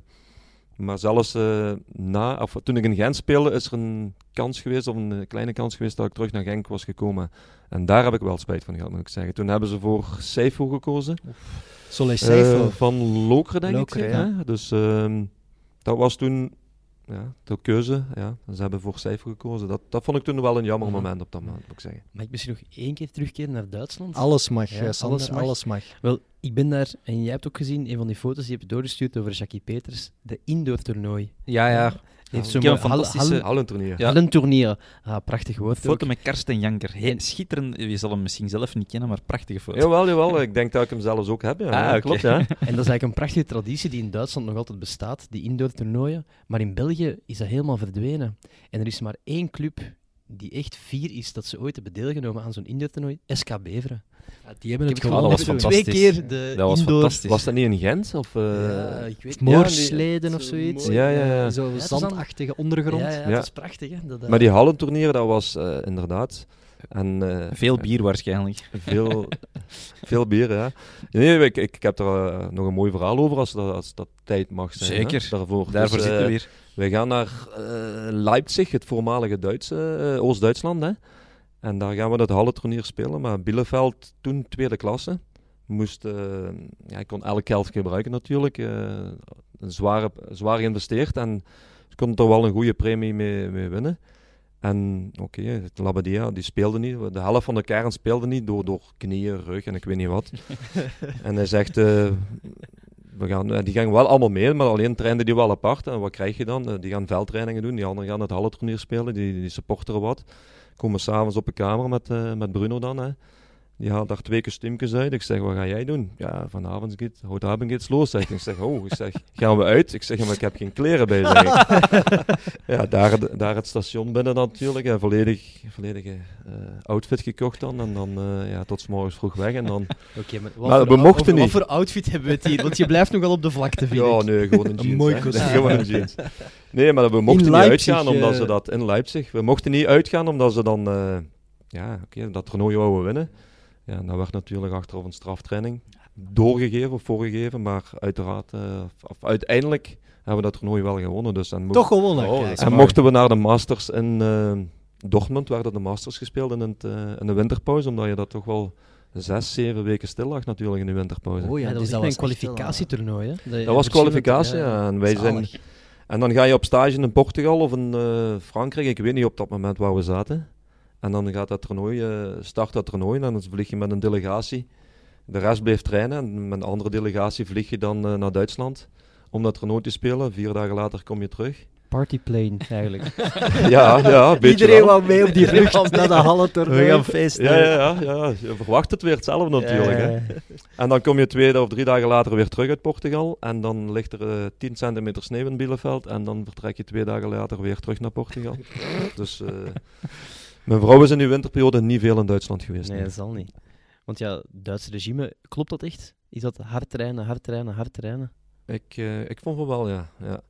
maar zelfs eh, na, of, toen ik in Gent speelde, is er een kans geweest, of een eh, kleine kans geweest, dat ik terug naar Genk was gekomen. En daar heb ik wel spijt van gehad, moet ik zeggen. Toen hebben ze voor Seifo gekozen. Soleil Eh, Seifo. van Lokeren, denk Lokeren, ik. ja. Hè? Dus ehm, dat was toen ja, de keuze. Ja. Ze hebben voor cijfer gekozen. Dat, dat vond ik toen wel een jammer Mhm. moment op dat moment, moet ik zeggen. Mag ik misschien nog één keer terugkeren naar Duitsland? Alles mag, Ja, eh, Sander, alles mag. alles mag. Wel, ik ben daar, en jij hebt ook gezien, een van die foto's die je hebt doorgestuurd over Jackie Peters, de indoor-toernooi. Ja, ja. Heeft ik zo'n heb mooi een fantastische- hal- Ja. Hallenturnier. Ja. hal- hallentoernooi. Ah, prachtig woord. ook. Foto met Karsten Janker. He- schitterend. Je zal hem misschien zelf niet kennen, maar prachtige foto. Jawel, jawel. Ik denk dat ik hem zelfs ook heb. Ja, Ah, Ja, oké. klopt. Ja. En dat is eigenlijk een prachtige traditie die in Duitsland nog altijd bestaat, die indoor toernooien. Maar in België is dat helemaal verdwenen. En er is maar één club die echt fier is dat ze ooit hebben deelgenomen aan zo'n indoor toernooi, SK Beveren. die hebben Ik het heb gewoon gewonnen. dat was twee fantastisch. keer de Dat was indoor... fantastisch. Was dat niet in Gent? Of, eh, Ja, ik weet niet. Moorsleden Ja, of zo zoiets. mooi. Ja, ja, ja. Eh, Zo het is zandachtige ondergrond. Ja, ja, Ja. dat is prachtig. Hè? Dat, eh, Maar die hallenturnier, dat was eh, inderdaad... En, eh, Veel bier waarschijnlijk. Veel, veel bier, ja. Nee, ik, ik, ik heb er eh, nog een mooi verhaal over als dat, als dat tijd mag zijn. hè, Zeker. Daarvoor, Daarvoor Dus, zitten eh, we hier. We gaan naar eh, Leipzig, het voormalige Duitse, eh, Oost-Duitsland. Hè? En daar gaan we dat hallenturnier spelen. Maar Bielefeld, toen tweede klasse, moest... eh, ja, ik kon elk geld gebruiken natuurlijk. eh, een zware, zwaar geïnvesteerd en ze konden er wel een goede premie mee, mee winnen. En oké, het Labadia die speelde niet. De helft van de kern speelde niet door, door knieën, rug en ik weet niet wat. en hij zegt, eh, we gaan, eh, die gaan wel allemaal mee, maar alleen trainden die wel apart. En wat krijg je dan? Eh, Die gaan veldtrainingen doen, die anderen gaan het hallenturnier spelen, die, die supporteren wat. Komen s'avonds op de kamer met, eh, met Bruno dan. Hè. Die haalt daar twee kostuumjes uit. Ik zeg, wat ga jij doen? Ja, vanavond gaat heute Abend geht's los. Zeg. ik. Ik zeg, oh, ik zeg, gaan we uit? Ik zeg, maar ik heb geen kleren bij. Zeg. ik. ja, daar, daar het station binnen dan natuurlijk. Een volledig, volledige eh, outfit gekocht dan. En dan eh, ja, tot 's morgens vroeg weg. En dan, Oké, maar wat Maar voor we ou- mochten over- niet. Wat voor outfit hebben we het hier? Want je blijft nogal op de vlakte, vind ja, ik. nee, gewoon een jeans. mooi hè. kostuum. Gewoon een jeans. Nee, maar we mochten In niet Leipzig, uitgaan omdat eh. ze dat in Leipzig. We mochten niet uitgaan omdat ze dan eh, ja, oké, dat toernooi wouden winnen. Ja, en dat werd natuurlijk achteraf een straftraining doorgegeven of voorgegeven, maar uiteraard, eh, of uiteindelijk hebben we dat toernooi wel gewonnen. Dus en mo- Toch gewonnen. Oh, dat kijk. is en mochten we naar de Masters in eh, Dortmund, werden de Masters gespeeld in, het, eh, in de winterpauze, omdat je dat toch wel zes, zeven weken stil lag natuurlijk in de winterpauze. Oh ja, Ja, dat dus was echt een echt wel, eh, kwalificatietoernooi. hè? Dat was kwalificatie ja. en wij zijn zalig. en dan ga je op stage in Portugal of in eh, Frankrijk, ik weet niet op dat moment waar we zaten. En dan gaat dat toernooi, eh, start dat toernooi en dan vlieg je met een delegatie. De rest blijft trainen en met een andere delegatie vlieg je dan eh, naar Duitsland om dat toernooi te spelen. Vier dagen later kom je terug. Partyplane, eigenlijk. Ja, ja, een beetje Iedereen wel. wou mee op die vlucht naar de Halle toernooi. feesten. Ja, ja, ja, ja, je verwacht het weer hetzelfde natuurlijk. Hè. En dan kom je twee of drie dagen later weer terug uit Portugal. En dan ligt er eh, 10 centimeter sneeuw in Bielefeld. En dan vertrek je twee dagen later weer terug naar Portugal. dus eh, mijn vrouw is in die winterperiode niet veel in Duitsland geweest. Nee, nee. dat zal niet. Want ja, Duitse regime, klopt dat echt? Is dat hard trainen, hard trainen, hard trainen? Ik, eh, ik vond van wel, ja. ja.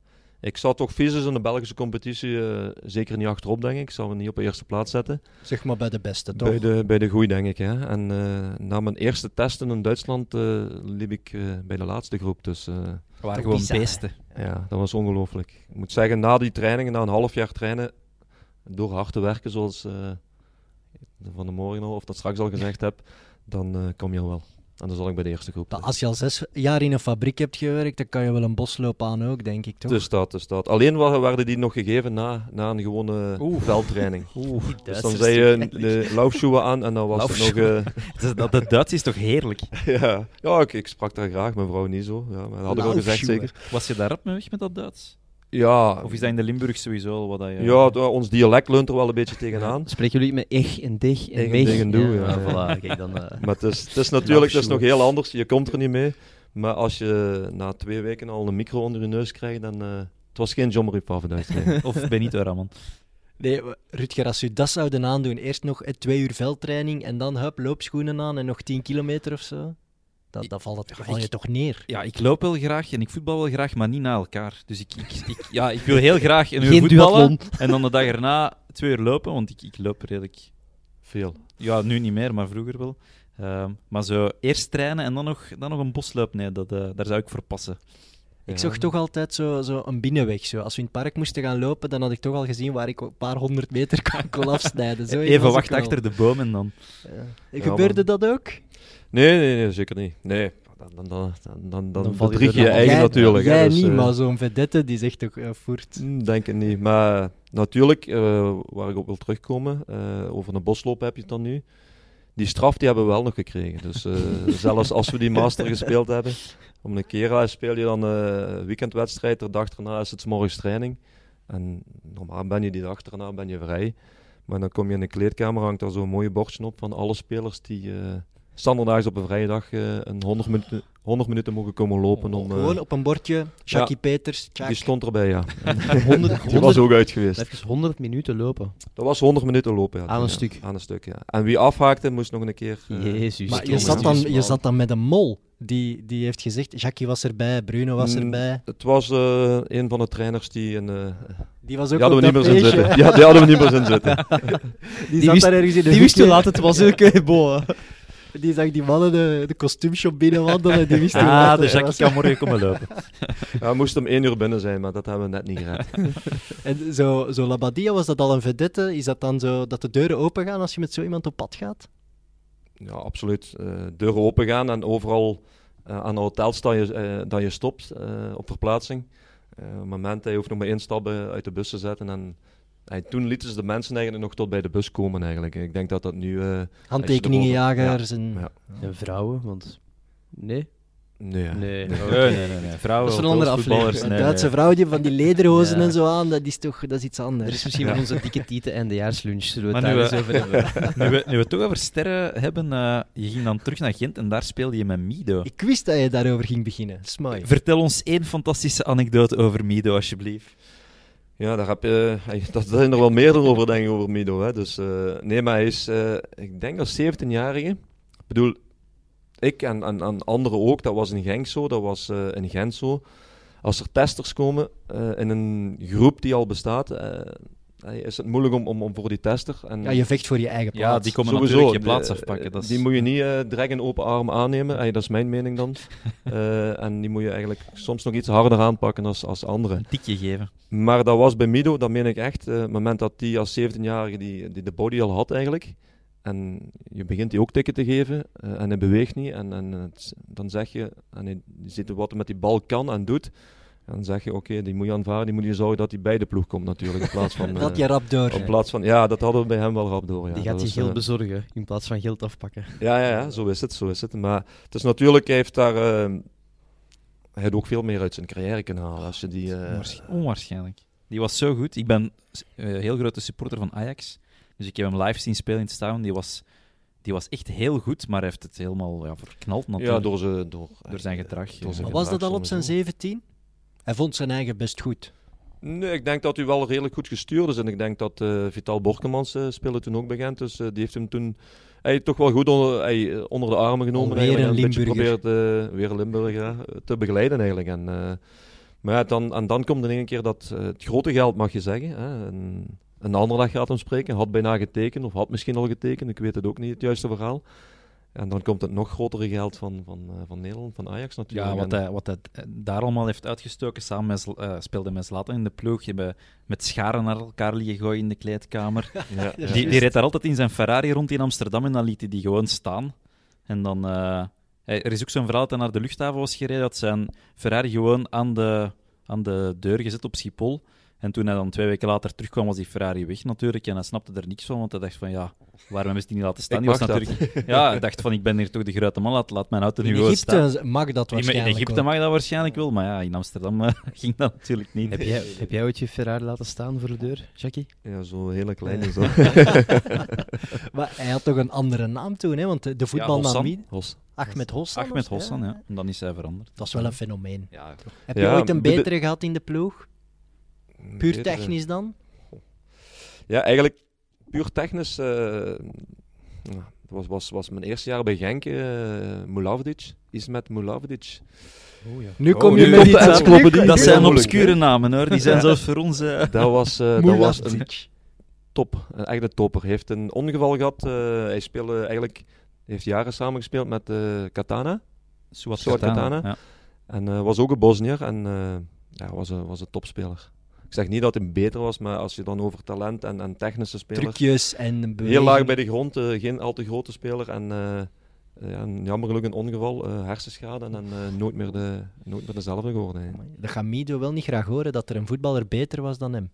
Ik zou toch visus in de Belgische competitie eh, zeker niet achterop, denk ik. Ik zou hem niet op de eerste plaats zetten. Zeg maar bij de beste, toch? Bij de, bij de goeie, denk ik. Hè. En eh, na mijn eerste testen in Duitsland eh, liep ik eh, bij de laatste groep. Dus eh, We waren gewoon Bizar. beesten. Ja, dat was ongelooflijk. Ik moet zeggen, na die trainingen, na een half jaar trainen, door hard te werken, zoals eh, van de morgen al, of dat straks al gezegd heb, dan eh, kom je al wel. En dan zal ik bij de eerste groep. Maar liggen. Als je al zes jaar in een fabriek hebt gewerkt, dan kan je wel een bosloop aan ook, denk ik, toch? Dus dat, dus dat. Alleen wa- werden die nog gegeven na, na een gewone veldtraining. Dus dan zei je de laufschoenen aan en dan was er nog... Laufschoenen. eh, Dat, dat, dat Duits is toch heerlijk? ja, ja ik, ik sprak daar graag, mijn vrouw niet zo. Ja, maar dat hadden we al gezegd Laufschoenen. zeker. Was je daarop mee weg met dat Duits? Ja, Of is dat in de Limburg sowieso al wat dat je... ja d- ons dialect leunt er wel een beetje tegenaan. Spreken jullie met ech en dig en Ech en meg? dig en doe, ja. Ah, voilà, kijk, dan, eh, Maar het is, het is natuurlijk het is nog absoluut. heel anders. Je komt er niet mee. Maar als je na twee weken al een micro onder je neus krijgt, dan... eh, het was geen John Marie Pavenduis. nee. Of Benito Raman. Nee, w- Rutger, als u dat zouden aandoen, eerst nog eh, twee uur veldtraining en dan hup, loopschoenen aan en nog 10 kilometer of zo, dan, dan valt dat, Ja, val je ik- toch neer. Ja, ik loop wel graag en ik voetbal wel graag, maar niet na elkaar. Dus ik, ik, ik- ja, ik wil heel graag een uur Geen voetballen duathlon. en dan de dag erna twee uur lopen, want ik, ik loop redelijk... Veel. Ja, nu niet meer, maar vroeger wel. Ehm, maar zo eerst trainen en dan nog, dan nog een bosloop, nee, dat, eh, daar zou ik voor passen. Ik Ja. zocht toch altijd zo, zo een binnenweg. Zo. Als we in het park moesten gaan lopen, dan had ik toch al gezien waar ik een paar honderd meter kon, kon afsnijden. Zo iemand Even was wachten ik wel. achter de boom en dan... Ja. Ja, Gebeurde dat ook? Nee, nee, nee, zeker niet. Nee, dan, dan, dan, dan, dan, Dan val je bedrieg je er je dan- eigen jij, natuurlijk. hè, Jij dus, niet, eh, maar zo'n vedette die zegt toch eh, voert. Hmm, Denk het niet. Maar natuurlijk, eh, waar ik op wil terugkomen, eh, over een bosloop heb je het dan nu. Die straf die hebben we wel nog gekregen. Dus eh, zelfs als we die master gespeeld hebben, om een keer eh, speel je dan eh weekendwedstrijd, de dag daarna is het 's morgens training. En normaal ben je die dag daarna ben je vrij. Maar dan kom je in de kleedkamer, hangt daar zo'n mooie bordje op van alle spelers die eh standaardaags op een vrije dag eh, een 100 minuten, 100 minuten mogen komen lopen. Om, eh, Oh, Gewoon op een bordje, Jackie Peters, die tjak. stond erbij, ja. 100, Die was 100, ook uit geweest. even 100 minuten lopen. Dat was 100 minuten lopen. Ja, Aan een ja. stuk. Aan een stuk, ja. En wie afhaakte, moest nog een keer... eh, Jezus. Maar je Thomas. zat, dan, je Thomas. zat dan met een mol die, die heeft gezegd: Jackie was erbij, Bruno was Mm. erbij. Het was eh, een van de trainers die... Een, eh, Die was ook die hadden op we niet dat meer zien feestje. zitten. Ja, die hadden we niet meer zien zitten. Die, Die zat wist- daar ergens in de Die wist hoe hoekje. laat het was, oké, boa. Die zag die mannen de, de kostuumshop binnenwandelen. Die wist hoe laat het Ah, de Jackie was. kan morgen komen lopen. Ja, we moesten om één uur binnen zijn, maar dat hebben we net niet gered. En zo, zo Labadia, was dat al een vedette? Is dat dan zo dat de deuren open gaan als je met zo iemand op pad gaat? Ja, absoluut. Eh, deuren open gaan en overal eh, aan de hotels dat je, eh, dat je stopt eh, op verplaatsing. Eh, op het moment, hij hoeft nog maar één stap eh, uit de bus te zetten. En eh, toen lieten ze de mensen eigenlijk nog tot bij de bus komen eigenlijk. Ik denk dat dat nu... eh, Handtekeningenjagers Oh, en... Ja. En vrouwen, want... Nee? nee, ja. Nee. Nee, nee, nee. nee. Vrouwen, Dat is een andere hotels, voetballers, aflevering. Een nee, nee. Duitse vrouw die van die lederhozen Ja. en zo aan, dat is toch dat is iets Er anders. is misschien wel onze dikke tieten eindejaarslunch. Zullen we Maar het nu eh, daar eens we- over hebben? Nu we, nu we het toch over sterren hebben, eh, je ging dan terug naar Gent en daar speelde je met Mido. Ik wist dat je daarover ging beginnen. Dat is mooi. Vertel ons één fantastische anekdote over Mido, alsjeblieft. Ja, daar heb je, dat zijn er wel meerdere over, denk ik, over Mido. Hè. Dus, eh, nee, maar hij is, eh, ik denk dat 17-jarige. Ik bedoel, ik en, en, en anderen ook, dat was in Genk zo, dat was eh, in Gent zo. Als er testers komen eh, in een groep die al bestaat, eh, eh, is het moeilijk om, om, om voor die tester. En Ja, je vecht voor je eigen plaats. Ja, die komen Sowieso, natuurlijk je de- plaats afpakken. Dat is... Die moet je niet eh, direct in open arm aannemen, Eh, dat is mijn mening dan. Eh, en die moet je eigenlijk soms nog iets harder aanpakken als, als anderen. een tikje geven. Maar dat was bij Mido, dat meen ik echt. eh, het moment dat die als 17-jarige die, die de body al had eigenlijk. En je begint die ook tikken te geven eh, en hij beweegt niet. En, en het- dan zeg je, en hij ziet wat hij met die bal kan en doet. En dan zeg je, oké, die moet je aanvaren. Die moet je zorgen dat hij bij de ploeg komt natuurlijk. In plaats van... eh, Dat je rap door. in plaats van, ja, dat hadden we bij hem wel rap door. Ja. Die Dat gaat je was, geld eh, bezorgen in plaats van geld afpakken. ja, ja, ja, zo is het, zo is het. Maar het is natuurlijk, hij heeft daar... eh, hij had ook veel meer uit zijn carrière kunnen halen. Als je die... eh, Onwaarsch- Onwaarschijnlijk. Die was zo goed. Ik ben een heel grote supporter van Ajax. Dus ik heb hem live zien spelen in het stadion. Die was, die was echt heel goed, maar hij heeft het helemaal ja, verknald natuurlijk. ja, door, ze, door, Door zijn gedrag. door zijn Maar was dat al op zijn sowieso. 17? Hij vond zijn eigen best goed. Nee, ik denk dat hij wel redelijk goed gestuurd is. En ik denk dat eh, Vital Borkemans eh, speelde toen ook bij Gent. Dus eh, die heeft hem toen hij, toch wel goed onder, hij, eh, onder de armen genomen. Alweer eigenlijk, een en beetje Limburger. probeert eh, weer een Limburger ja, te begeleiden eigenlijk. En, eh, maar ja, dan, en dan komt in één keer dat eh, het grote geld, mag je zeggen. Hè, een, een ander dag gaat hem spreken. Had bijna getekend of had misschien al getekend. Ik weet het ook niet, het juiste verhaal. En dan komt het nog grotere geld van, van, eh, van Nederland, van Ajax natuurlijk. Ja, wat En- hij, wat hij eh, daar allemaal heeft uitgestoken, samen met, Zl- eh, speelde met Zlatan in de ploeg, hebben met scharen naar elkaar liggen gooien in de kleedkamer. ja, ja. Die, die reed daar altijd in zijn Ferrari rond in Amsterdam en dan liet hij die gewoon staan. En dan... eh, hij- er is ook zo'n verhaal dat hij naar de luchthaven was gereden, dat zijn Ferrari gewoon aan de, aan de deur gezet op Schiphol. En toen hij dan twee weken later terugkwam, was die Ferrari weg natuurlijk. En hij snapte er niks van, want hij dacht van ja, waarom hebben ze die niet laten Ik staan? Die was mag dat. natuurlijk, ja, hij dacht van ik ben hier toch de grote man, laat, laat mijn auto nu In gewoon staan. Egypte mag dat In, in waarschijnlijk Egypte ook. mag dat waarschijnlijk wel, maar ja, in Amsterdam eh, ging dat natuurlijk niet. Heb jij, heb jij ooit je Ferrari laten staan voor de deur, Jackie? Ja, zo'n hele kleine zo. Maar hij had toch een andere naam toen, hè? want de- de ja, voetbalnaam Hossan. niet. Hos. Ahmed Hossan. Ahmed of zo, Hossan, ja. En dan is hij veranderd. Oh, Dat is wel een fenomeen. Ja, Heb je Ja, ooit een de- de- betere gehad in de ploeg? eh, Puur technisch dan? Ja, eigenlijk puur technisch. eh, nou, het was, was, was mijn eerste jaar bij Genk. eh Mulavovic. Iets met Mulavovic. Oh ja. Nu Oh, kom nu je met komt iets de aan. encyclopedie. Nu kom- Ja, Dat zijn moeilijk, obscure hè? namen hoor, die zijn zelfs voor ons. eh, Dat was, eh, dat was een Moelastic. top. Een echte topper. Heeft een ongeval gehad. eh, hij speelde eigenlijk... Heeft jaren samengespeeld met eh, Katana. Suat Suat Katana. Katana. Ja. En eh, was ook een Bosnier. En eh, ja, was, een, was een topspeler. Ik zeg niet dat hij beter was, maar als je dan over talent en, en technische spelers... Trucjes en Heel beweging. laag bij de grond, eh, geen al te grote speler. En eh, eh, ja, een- jammer genoeg een ongeval, eh, hersenschade en dan eh, nooit, meer de, nooit meer dezelfde geworden. hè. Dat gaat Mido wel niet graag horen, dat er een voetballer beter was dan hem.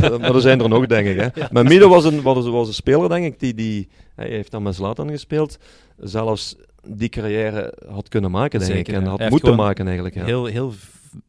maar er zijn er nog, denk ik. Hè. Maar Mido was een, was, een- was een speler, denk ik, die, die hij heeft dan met Zlatan gespeeld. Zelfs die carrière had kunnen maken, denk Zeker, ik. En ja. had Hij heeft moeten gewoon maken, eigenlijk. Ja. Heel, heel, v-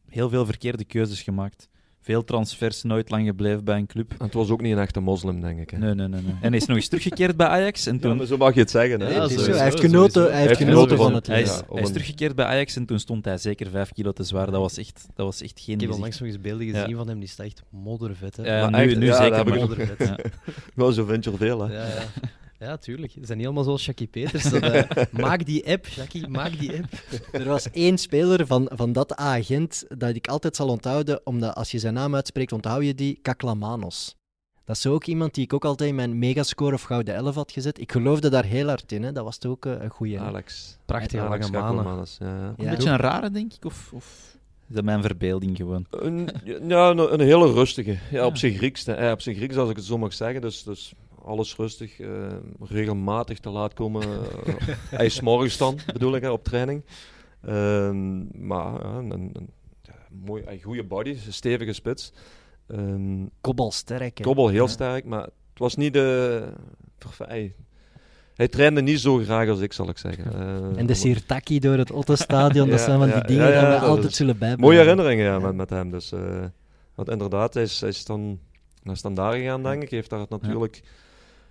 heel veel verkeerde keuzes gemaakt. Veel transfers, nooit lang gebleven bij een club. En het was ook niet een echte moslim, denk ik. Hè. Nee, nee, nee. nee. En hij is nog eens teruggekeerd bij Ajax. En Ja, toen, maar zo mag je het zeggen. Hè. Ja, Het is, sowieso. eh, Hij heeft genoten, hij heeft Hij heeft genoten van genoten. het hij, is, leven. Ja, op hij is een- teruggekeerd bij Ajax en toen stond hij zeker vijf kilo te zwaar. Dat was echt, dat was echt geen Ik heb gezicht. onlangs nog eens beelden Ja. gezien van hem, die staat echt moddervet. Hè? Ja, Maar nu, echt, nu ja, dat zeker. heb ik maar- ook. moddervet. Ja. Wel, zo vind je er veel, hè. Ja, ja. ja, tuurlijk. Ze zijn niet allemaal zoals Jackie Peters. Dat, eh, maak die app, Jackie, maak die app. Er was één speler van, van dat agent dat ik altijd zal onthouden, omdat als je zijn naam uitspreekt, onthoud je die, Kaklamanos. Dat is ook iemand die ik ook altijd in mijn megascore of gouden 11 had gezet. Ik geloofde daar heel hard in, hè. dat was toch ook eh, een goeie. Ah, hè. Alex. Prachtige Alex lange manen. Kakelmanis, ja, ja. Een Ja. beetje een rare, denk ik. Of, of is dat mijn verbeelding gewoon? Een, ja, een, een hele rustige. Ja, op Ja. zijn Grieks. hè. Ja, op zijn Grieks, als ik het zo mag zeggen. Dus, dus alles rustig. eh, regelmatig te laat komen. eh, Hij is 's morgens dan, bedoel ik, hè, op training. Ehm, maar ja, een, een, een- ja, mooi, een goede body, een stevige spits. Ehm Kobbelsterk. hè. Kobbel heel Ja. sterk, maar het was niet de... verf- Hij, hij trainde niet zo graag als ik, zal ik zeggen. Eh, En de Sirtaki door het Otto-stadion, dat Ja, zijn van die ja, dingen ja, ja, die we dat altijd is- zullen bijblijven. Mooie herinneringen ja, met, met hem. Dus, eh, want inderdaad, hij is, hij is dan naar Standaard gegaan, denk ik. Hij heeft daar natuurlijk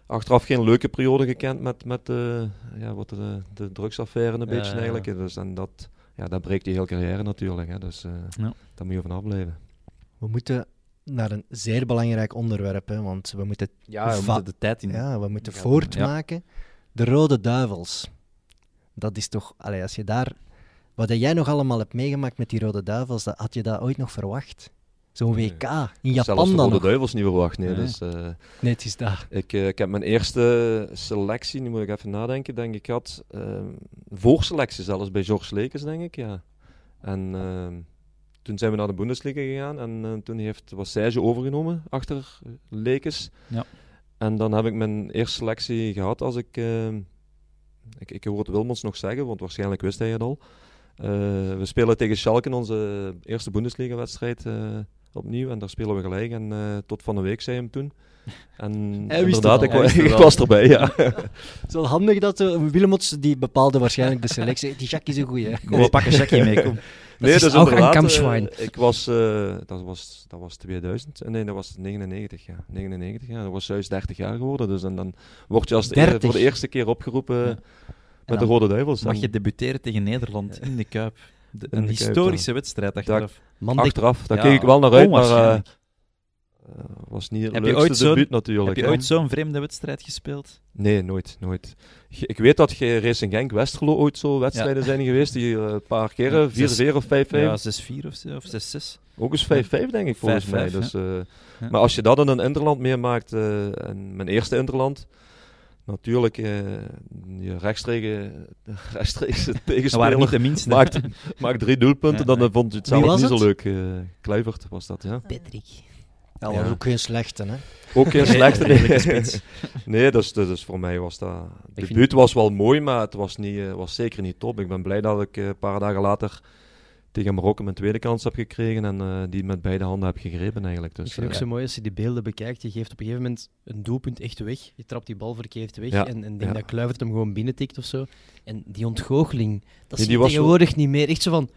achteraf geen leuke periode gekend met, met eh, ja, wat de, de drugsaffaire een Ja, beetje ja, ja. eigenlijk. Dus, en dat, ja, dat breekt die hele carrière natuurlijk. Hè. Dus eh, Ja. daar moet je van afblijven. We moeten naar een zeer belangrijk onderwerp, hè, want we moeten, Ja, we we moeten de tijd in. ja, we moeten Ja, voortmaken. De Rode Duivels. Dat is toch, allee, als je daar, wat jij nog allemaal hebt meegemaakt met die Rode Duivels, dat, had je dat ooit nog verwacht? Zo'n Nee. WK in Zelfs Japan de dan Rode nog. Duivels niet verwacht. Nee, Nee. Dus, eh, Nee, het is daar. ik, eh, ik heb mijn eerste selectie, nu moet ik even nadenken, denk ik had. ehm, voorselectie zelfs bij George Lekers, denk ik, ja. En ehm, toen zijn we naar de Bundesliga gegaan en eh, toen heeft, was Serge overgenomen achter Lekers. Ja. En dan heb ik mijn eerste selectie gehad als ik... ehm, ik, ik hoor het Wilmots nog zeggen, want waarschijnlijk wist hij het al. Eh, we spelen tegen Schalke onze eerste Bundesliga-wedstrijd eh, opnieuw. En daar spelen we gelijk. En eh, tot van de week zei hem toen. En het inderdaad, al, ik, hij wa- wist het ik al. was erbij, ja. Het is wel handig dat eh, Willemots, die bepaalde waarschijnlijk de selectie. Die Jack is een goeie. hè. Kom, we pakken Jackie mee. Kom. Nee, is dus ook een inderdaad, eh, kampschwein. ik was, eh, dat was, dat was 2000, Eh, nee, dat was 99, ja. 99, ja. Dat was juist 30 jaar geworden, dus en dan word je als de eer- 30. voor de eerste keer opgeroepen Ja. met En de dan Rode Duivels. Mag En je debuteren tegen Nederland in de Kuip? De- In een de Kuip, historische wedstrijd achteraf. Man, dik- achteraf, daar Ja, keek ik wel naar uit, maar eh onwaarschijnlijk. eh, was niet het Heb je leukste ooit zo'n- debuut natuurlijk. Heb je hè. ooit zo'n vreemde wedstrijd gespeeld? Nee, nooit, nooit. Ge- Ik weet dat ge- Racing Genk Westerlo ooit zo wedstrijden zijn geweest, die eh, een paar Ja, keren, 4-4 of 5-5. Ja, 6-4 of, zo, of 6-6. Ook eens 5-5, denk ik, volgens 5-5, mij. ja. Dus, eh, Ja. Maar als je dat in een Interland meemaakt, eh en mijn eerste Interland, natuurlijk, eh je rechtstreeks, eh, rechtstreeks Dat waren niet tegenspeler de minste. maakt, maakt drie doelpunten, Ja. dan eh, vond je het Wie zelf was niet zo het? leuk. eh Kluivert was dat, ja. Ja, dat was Ja. ook geen slechte, hè. Ook geen Nee, slechte redelijke spits. Nee, dus, dus, dus voor mij was dat... De vind- buurt was wel mooi, maar het was, niet, eh, was zeker niet top. Ik ben blij dat ik eh, een paar dagen later tegen Marokko mijn tweede kans heb gekregen en eh, die met beide handen heb gegrepen eigenlijk. Dus, ik vind het eh, ook zo mooi als je die beelden bekijkt. Je geeft op een gegeven moment een doelpunt echt weg. Je trapt die bal verkeerd weg. Ja, En, en denk ja. dat Kluivert hem gewoon binnentikt of zo. En die ontgoocheling, die dat zie je was zo- tegenwoordig niet meer. Echt zo van...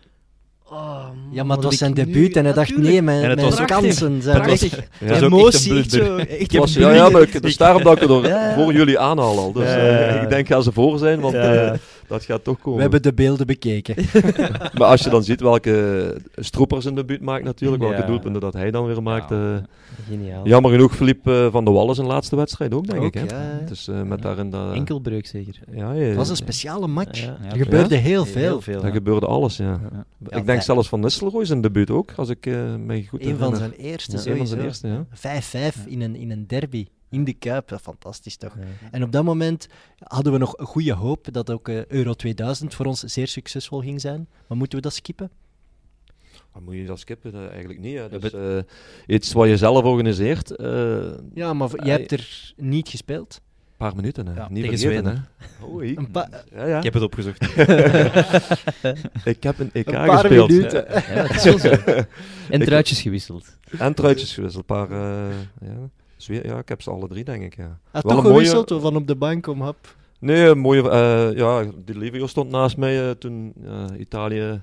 Oh, Ja, man, maar het wat was ik zijn nu- debuut en hij dacht, Natuurlijk. nee, mijn, En het mijn was ook- kansen zijn Prachtig. weg. ja, dat is ook echt Emotie, een echt blunder. zo. Echt Het was, een ja, ja, blunder. maar ik, dus daarom dat ik het er Ja. voor jullie aanhaal al. Dus, eh, Ja. ik denk gaan ze voor zijn, want Ja. eh, dat gaat toch komen. We hebben de beelden bekeken. Maar als je dan ziet welke stroepers in de buurt maakt natuurlijk, welke Ja. doelpunten dat hij dan weer maakt. Ja. eh, Geniaal. jammer genoeg verliep eh, Van de Wallen zijn laatste wedstrijd ook, denk Ook, ik. Hè? ja, hè. Dus eh, met daarin dat... Enkelbreuk zeker. Ja, ja, Het was een speciale match. Ja. Ja, er gebeurde heel Heel veel. veel. Daar ja. gebeurde alles, ja. Ja. Ja, Ik denk wij- zelfs van Nistelrooy zijn debuut ook, als ik eh mij goed Een van herinner. zijn eerste, Ja, een van zijn sowieso. eerste, ja. 5-5 in een, in een derby, in de Kuip. Ja, Fantastisch toch? Ja. En op dat moment hadden we nog een goede hoop dat ook eh, Euro 2000 voor ons zeer succesvol ging zijn. Maar moeten we dat skippen? Maar moet je dat skippen? Eh, eigenlijk niet. Hè. Ja, Dus, eh, iets wat je zelf organiseert, eh, een Ja, maar v- jij Eh, hebt er niet gespeeld. paar minuten. Hè. Ja, niet tegen vergeten, Zweden. hè. Oei. Een pa- Ja, ja. Ik heb het opgezocht. Ik heb een EK Een paar gespeeld. minuten. Ja. Ja, dat is wel zo. En truitjes gewisseld. En truitjes gewisseld. Een paar, eh, ja. Zwe- ja, ik heb ze alle drie, denk ik. Ja. Had Wel toch een mooie- gewisseld of van op de bank om hap. Nee, een mooie. eh, ja, die Livio stond naast mij eh, toen eh, Italië een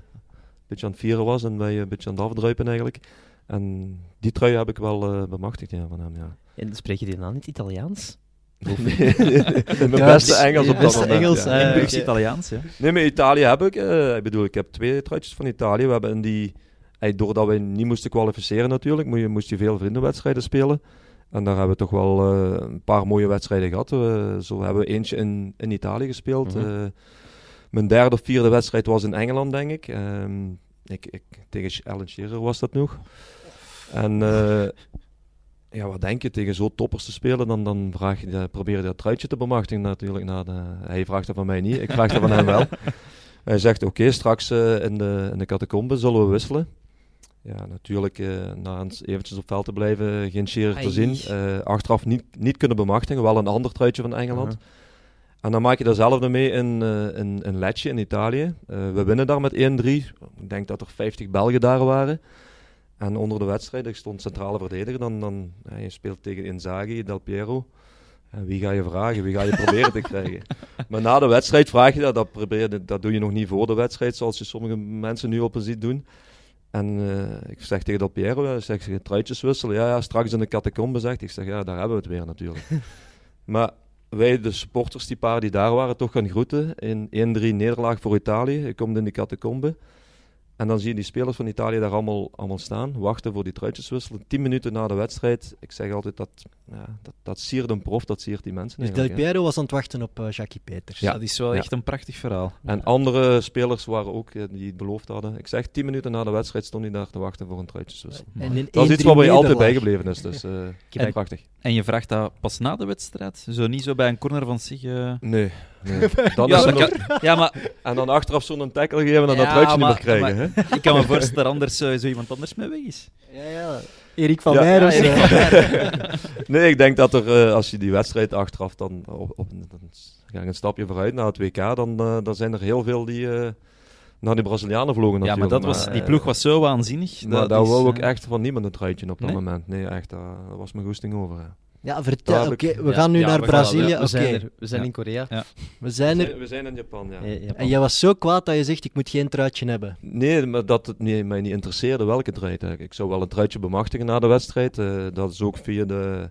beetje aan het vieren was en wij een beetje aan het afdruipen eigenlijk. En die trui heb ik wel eh, bemachtigd ja, van hem. Ja. En spreek je die nou niet Italiaans? Mijn Ja, beste dus- Engels je op dat beste moment. Engels, ja. eh, Ik- Turks Italiaans, ja. Dus Nee, maar Italië heb ik. eh, ik bedoel, ik heb twee truitjes van Italië. We hebben in die, eh, doordat wij niet moesten kwalificeren natuurlijk, moest je, moest je veel vriendenwedstrijden spelen. En daar hebben we toch wel eh, een paar mooie wedstrijden gehad. We- zo hebben we eentje in, in Italië gespeeld. Mhm. Eh, mijn derde of vierde wedstrijd was in Engeland, denk ik. Ehm, ik, ik tegen Sh- Alan Shearer was dat nog. En eh, ja, wat denk je, tegen zo'n toppers te spelen, dan, dan vraag je, eh, probeer je dat truitje te bemachtigen natuurlijk. Nou, de- hij vraagt dat van mij niet, ik vraag dat van hem wel. Hij zegt, oké, straks eh, in de, in de catacombe zullen we wisselen. Ja, natuurlijk, eh, na eens eventjes op veld te blijven, geen Shearer te Ai. zien. eh, achteraf niet, niet kunnen bemachtigen, wel een ander truitje van Engeland. Aha. En dan maak je datzelfde mee in, eh in, in Lecce in Italië. Eh, we winnen daar met 1-3. Ik denk dat er 50 Belgen daar waren. En onder de wedstrijd, ik stond centrale verdediger, dan, dan ja, je speelt tegen Inzaghi, Del Piero. En wie ga je vragen? Wie ga je proberen te krijgen? Maar na de wedstrijd vraag je dat. Dat, probeer, je- dat doe je nog niet voor de wedstrijd, zoals je sommige mensen nu op een ziet doen. En eh, ik zeg tegen Del Piero, ja, ik zeg, truitjes wisselen. Ja, ja, straks in de catacombe, zegt hij. Ik zeg, ja, daar hebben we het weer natuurlijk. maar wij, de supporters, die paar die daar waren, toch gaan groeten. In 1-3 nederlaag voor Italië. Je komt in die catacombe. En dan zie je die spelers van Italië daar allemaal, allemaal staan, wachten voor die truitjeswissel. Tien minuten na de wedstrijd, ik zeg altijd dat, ja, dat, dat siert een prof, dat siert die mensen. Dus Del eigenlijk, hè. Piero was aan het wachten op eh, Jackie Peters. Ja. Dat is wel Ja. echt een prachtig verhaal. En andere spelers waren ook eh, die het beloofd hadden. Ik zeg, 10 minuten na de wedstrijd stond hij daar te wachten voor een truitjeswissel. En in Dat is 1-3 iets wat bij je altijd nederlaag. bijgebleven is. Dus eh, En- prachtig. En je vraagt dat pas na de wedstrijd? Zo niet zo bij een corner van zich... eh, Nee. Dan ja, is er maar nog- ik kan- ja, maar En dan achteraf zo'n tackle geven en dat Ja, truitje niet meer maar- krijgen. hè? ik kan me voorstellen dat er anders eh, zo iemand anders mee weg is. Ja, ja. Erik van Ja, Meijer. ja, is, Erik eh, Nee, ik denk dat er, eh, als je die wedstrijd achteraf dan op, op dan ga ik een stapje vooruit naar het WK, dan, eh, dan zijn er heel veel die eh, naar die Brazilianen vlogen Ja, maar natuurlijk. dat was, die eh, ploeg was zo waanzinnig. Maar daar is, wou ik eh, echt van niemand een truitje op dat Nee? moment. Nee, echt, daar was mijn goesting over. hè. ja, vertel. Dadelijk. Oké, we gaan nu Ja, naar we gaan- Brazilië. ja, Oké, we zijn er. We zijn Ja. in Korea. we zijn er. We zijn in Japan, ja. Eh, Japan. En jij was zo kwaad dat je zegt, ik moet geen truitje hebben. Ah, Nee, maar dat het nee, mij niet interesseerde welke truit. eigenlijk. Ik zou wel een truitje bemachtigen na de wedstrijd. Eh, dat is ook via, de,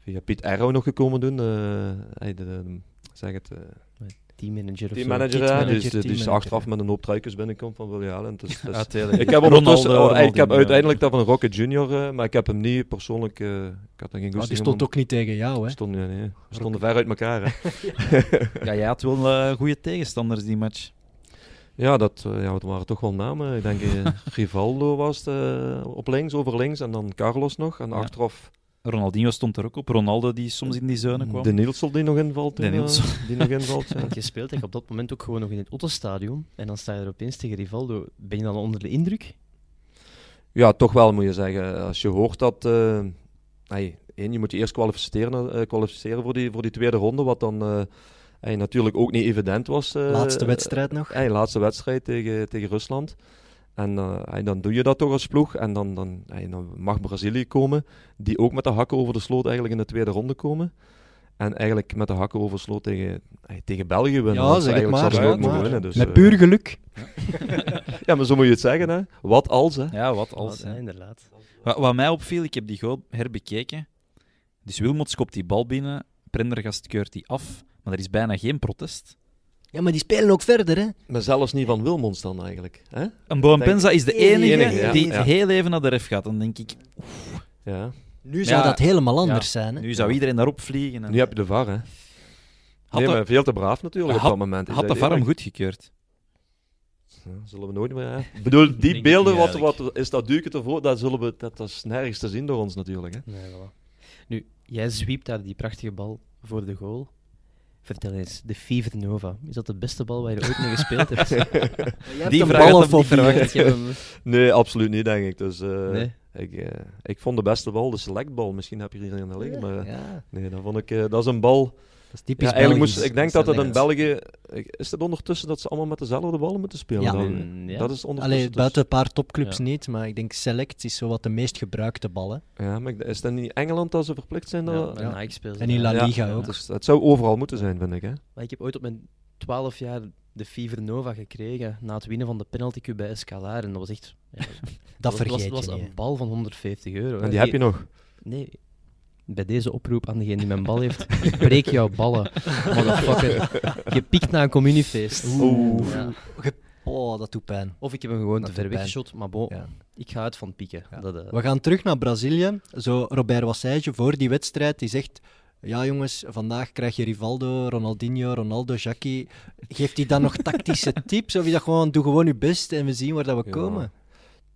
via Piet Erro nog gekomen doen. Eh, hij de, de- zeg het, eh, Teammanager of teammanager, zo. ja, teammanager, die, is- die is teammanager. achteraf met een hoop truikjes binnenkomt van wil je halen. Het is- het is- Uitdelen. ik heb, ondertussen, Ronaldo, oh, ik heb Ronaldinho. uiteindelijk dat van Rocket Junior, eh, maar ik heb hem niet persoonlijk... eh, ik had er Maar geen die goesting stond om- ook niet tegen jou, hè? Stond, nee, nee, we stonden ver uit elkaar. Hè. Ja, jij had wel eh, goede tegenstanders die match. Ja, dat, eh, ja, het waren toch wel namen. Ik denk eh, Rivaldo was het, eh, op links, over links. En dan Carlos nog. En Ja. achteraf Ronaldinho stond er ook op. Ronaldo die soms in die zone kwam. De Nielsel die nog invalt. De toen, eh, Nielsel. die nog invalt. ja. Want je speelt denk ik, op dat moment ook gewoon nog in het Otto-stadion. En dan sta je er opeens tegen Rivaldo. Ben je dan onder de indruk? Ja, toch wel moet je zeggen. Als je hoort dat. eh hey, één, je moet je eerst kwalificeren, eh, kwalificeren voor, die, voor die tweede ronde. Wat dan eh, hey, natuurlijk ook niet evident was. eh, Laatste wedstrijd nog. eh, hey, laatste wedstrijd tegen, tegen Rusland. En eh, hey, dan doe je dat toch als ploeg. En dan, dan, hey, dan mag Brazilië komen, die ook met de hakken over de sloot eigenlijk in de tweede ronde komen. En eigenlijk met de hakken over de sloot tegen, hey, tegen België winnen. Ja, want zeg het eigenlijk maar, zouden ze zeg ook het moeten maar. winnen. Dus, Met eh, puur geluk. ja, maar zo moet je het zeggen, hè. Wat als, hè. Ja, wat Als, als. hè. inderdaad. Wat, wat mij opviel, ik heb die goal herbekeken. Dus Wilmots kopt die bal binnen, Prendergast keurt die af, maar er is bijna geen protest. Ja, maar die spelen ook verder, hè? Maar zelfs niet van Wilmons dan eigenlijk, hè. En Boan Penza is de enige, Enige, ja. die Ja. heel even naar de ref gaat. Dan denk ik, Ja. Nu zou Ja. dat helemaal anders zijn. Hè? nu zou iedereen daarop vliegen. En... Nu heb je de VAR, hè. had, nee, de, maar veel te braaf natuurlijk op Had- dat moment. is had dat de VAR hem eerlijk? goedgekeurd? Ja, zullen we nooit meer... Hè? Ik bedoel, die ik beelden, niet wat, wat is dat duiken ervoor? Dat, zullen we, dat, dat is nergens te zien door ons natuurlijk. Hè? Nee, voilà. Nu, jij zwiept daar die prachtige bal voor de goal. Vertel eens, de Fever Nova. Is dat de beste bal waar je ooit mee gespeeld hebt? Die een vraag had hem ballenfobie, niet verwacht. Ik heb hem- Nee, absoluut niet, denk ik. Dus, eh, Nee. ik, eh, ik vond de beste bal de selectbal. Misschien heb je hier een liggen, maar eh, Ja, nee, dat vond ik... eh, dat is een bal... dat is typisch Ja, eigenlijk Belgisch. moest, ik denk dat dat in Select. België... ik- Is het ondertussen dat ze allemaal met dezelfde ballen moeten spelen? Ja. dan? Mm, ja. Dat is ondertussen... Allee, dus- buiten een paar topclubs Ja. niet, maar ik denk Select is zo wat de meest gebruikte ballen. Ja, maar ik- is dat niet Engeland dat ze verplicht zijn? Ja, dat- bij Ja. Nike speelde En ze in La daar. Ja, Liga ja. ook. Dus dat zou overal moeten zijn, vind ik. Hè? Maar ik heb ooit op mijn 12 jaar de Fever Nova gekregen na het winnen van de penalty bij Escalar. En dat was echt... ja, Dat was- was, vergeet was je niet. een bal van 150 euro. En hè. die heb je nog. Nee, bij deze oproep aan degene die mijn bal heeft, ik breek jouw ballen. Motherfucker. Je piekt na een communiefeest. Oeh. Ja. Oh, dat doet pijn. Of ik heb hem Dat gewoon te doet ver pijn. weggeschot, maar bon, Ja. ik ga uit van pieken. Ja. Dat, eh, We gaan terug naar Brazilië. Zo, Robert Wassage voor die wedstrijd, die zegt... Ja jongens, vandaag krijg je Rivaldo, Ronaldinho, Ronaldo, Jackie. Geeft hij dan nog tactische tips? Of is dat gewoon, doe gewoon je best en we zien waar dat we Ja. komen?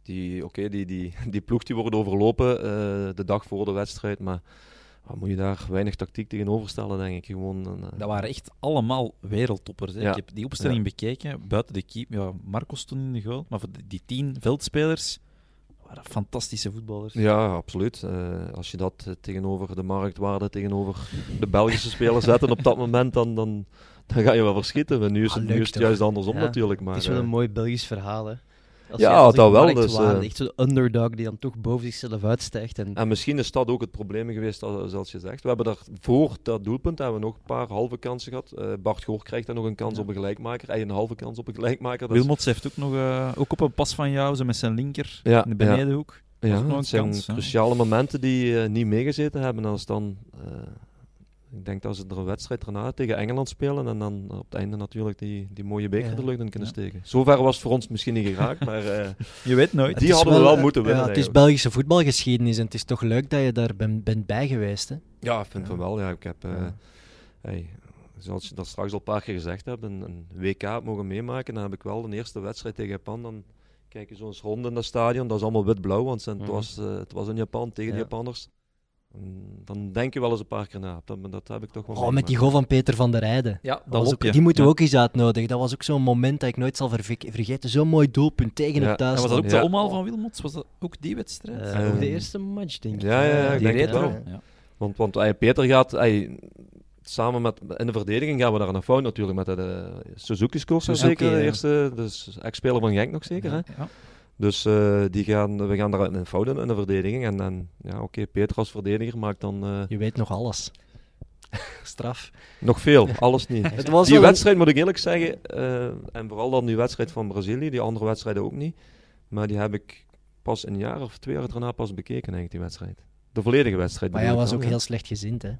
Die, oké, die, die, die ploeg die wordt overlopen eh, de dag voor de wedstrijd. Maar wat moet je daar weinig tactiek tegenover stellen, denk ik. Gewoon, een, eh, Dat waren echt allemaal wereldtoppers. Hè. Ja. Ik heb die opstelling bekeken, buiten de keep. Ja, Marcos toen in de goal. Maar voor die- die tien veldspelers waren fantastische voetballers. Ja, absoluut. Eh, als je dat eh, tegenover de marktwaarde, tegenover de Belgische spelers zetten op dat moment, dan, dan, dan ga je wel verschieten. Maar nu is Ah, het, nu leuk is het toch? juist andersom Ja, natuurlijk. Maar, het is wel een eh, mooi Belgisch verhaal, hè. Als Ja, je- als dat ik wel, markt dus, waarde, eh. Echt zo'n underdog die dan toch boven zichzelf uitstijgt. En, En misschien is dat ook het probleem geweest, als- zoals je zegt. We hebben daar voor dat doelpunt hebben we nog een paar halve kansen gehad. Eh, Bart Goor krijgt dan nog een kans op een gelijkmaker. Hij een halve kans op een gelijkmaker. Dat is- Wilmots heeft ook nog eh, ook op een pas van jou, zo met zijn linker Ja, in de ja. benedenhoek. Ja, nog een het zijn kans, hè. cruciale momenten die eh, niet meegezeten hebben. Als dan, eh, ik denk dat ze er een wedstrijd daarna tegen Engeland spelen en dan op het einde natuurlijk die, die mooie beker Ja. de lucht in kunnen Ja. steken. Zover was het voor ons misschien niet geraakt, maar eh, Je weet nooit. die Het is hadden we wel eh, moeten winnen. Ja, het is eigenlijk. Belgische voetbalgeschiedenis en het is toch leuk dat je daar ben- bent bij geweest. Hè? ja, ik vind van wel. Ja, ik heb, eh, Ja. hey, zoals je dat straks al een paar keer gezegd hebt, een, een WK mogen meemaken. Dan heb ik wel de eerste wedstrijd tegen Japan. Dan kijk je zo eens rond in dat stadion, dat is allemaal wit-blauw, want het, Mhm. was, eh, het was in Japan tegen de Ja. Japanners. En Dan denk je wel eens een paar keer na. Dat, dat heb ik toch wel Oh, met meegemaakt. die goal van Peter van der Rijden. Ja, Dat was ook- die moeten we ook eens uitnodigen. Dat was ook zo'n moment dat ik nooit zal verve- vergeten. Zo'n mooi doelpunt tegen Ja, het dat En was thuis. dat ook Ja. de omhaal van Wilmots? Was dat ook die wedstrijd? eh, ook de Ehm, eerste match, denk ik. ja, ja, ja, ik Die denk reed het wel. erop. Ja. Want, want ey, Peter gaat, ey, samen met, in de verdediging gaan we daar een fout natuurlijk met de, de Suzuki scoort zo Suzuki, zeker, ja. de eerste, dus ex-speler van Genk nog zeker. Hè? Ja. Dus eh, die gaan, we gaan daar een fout in, in de verdediging en dan, ja oké, Peter als verdediger maakt dan eh, Je weet nog alles. Straf. nog veel, alles niet. Het was Die wel een- wedstrijd moet ik eerlijk zeggen, eh, en vooral dan die wedstrijd van Brazilië, die andere wedstrijden ook niet, maar die heb ik pas een jaar of twee jaar daarna pas bekeken eigenlijk, die wedstrijd. De volledige wedstrijd. Maar jij bedoel ik was dan, ook hè. heel slecht gezind, hè?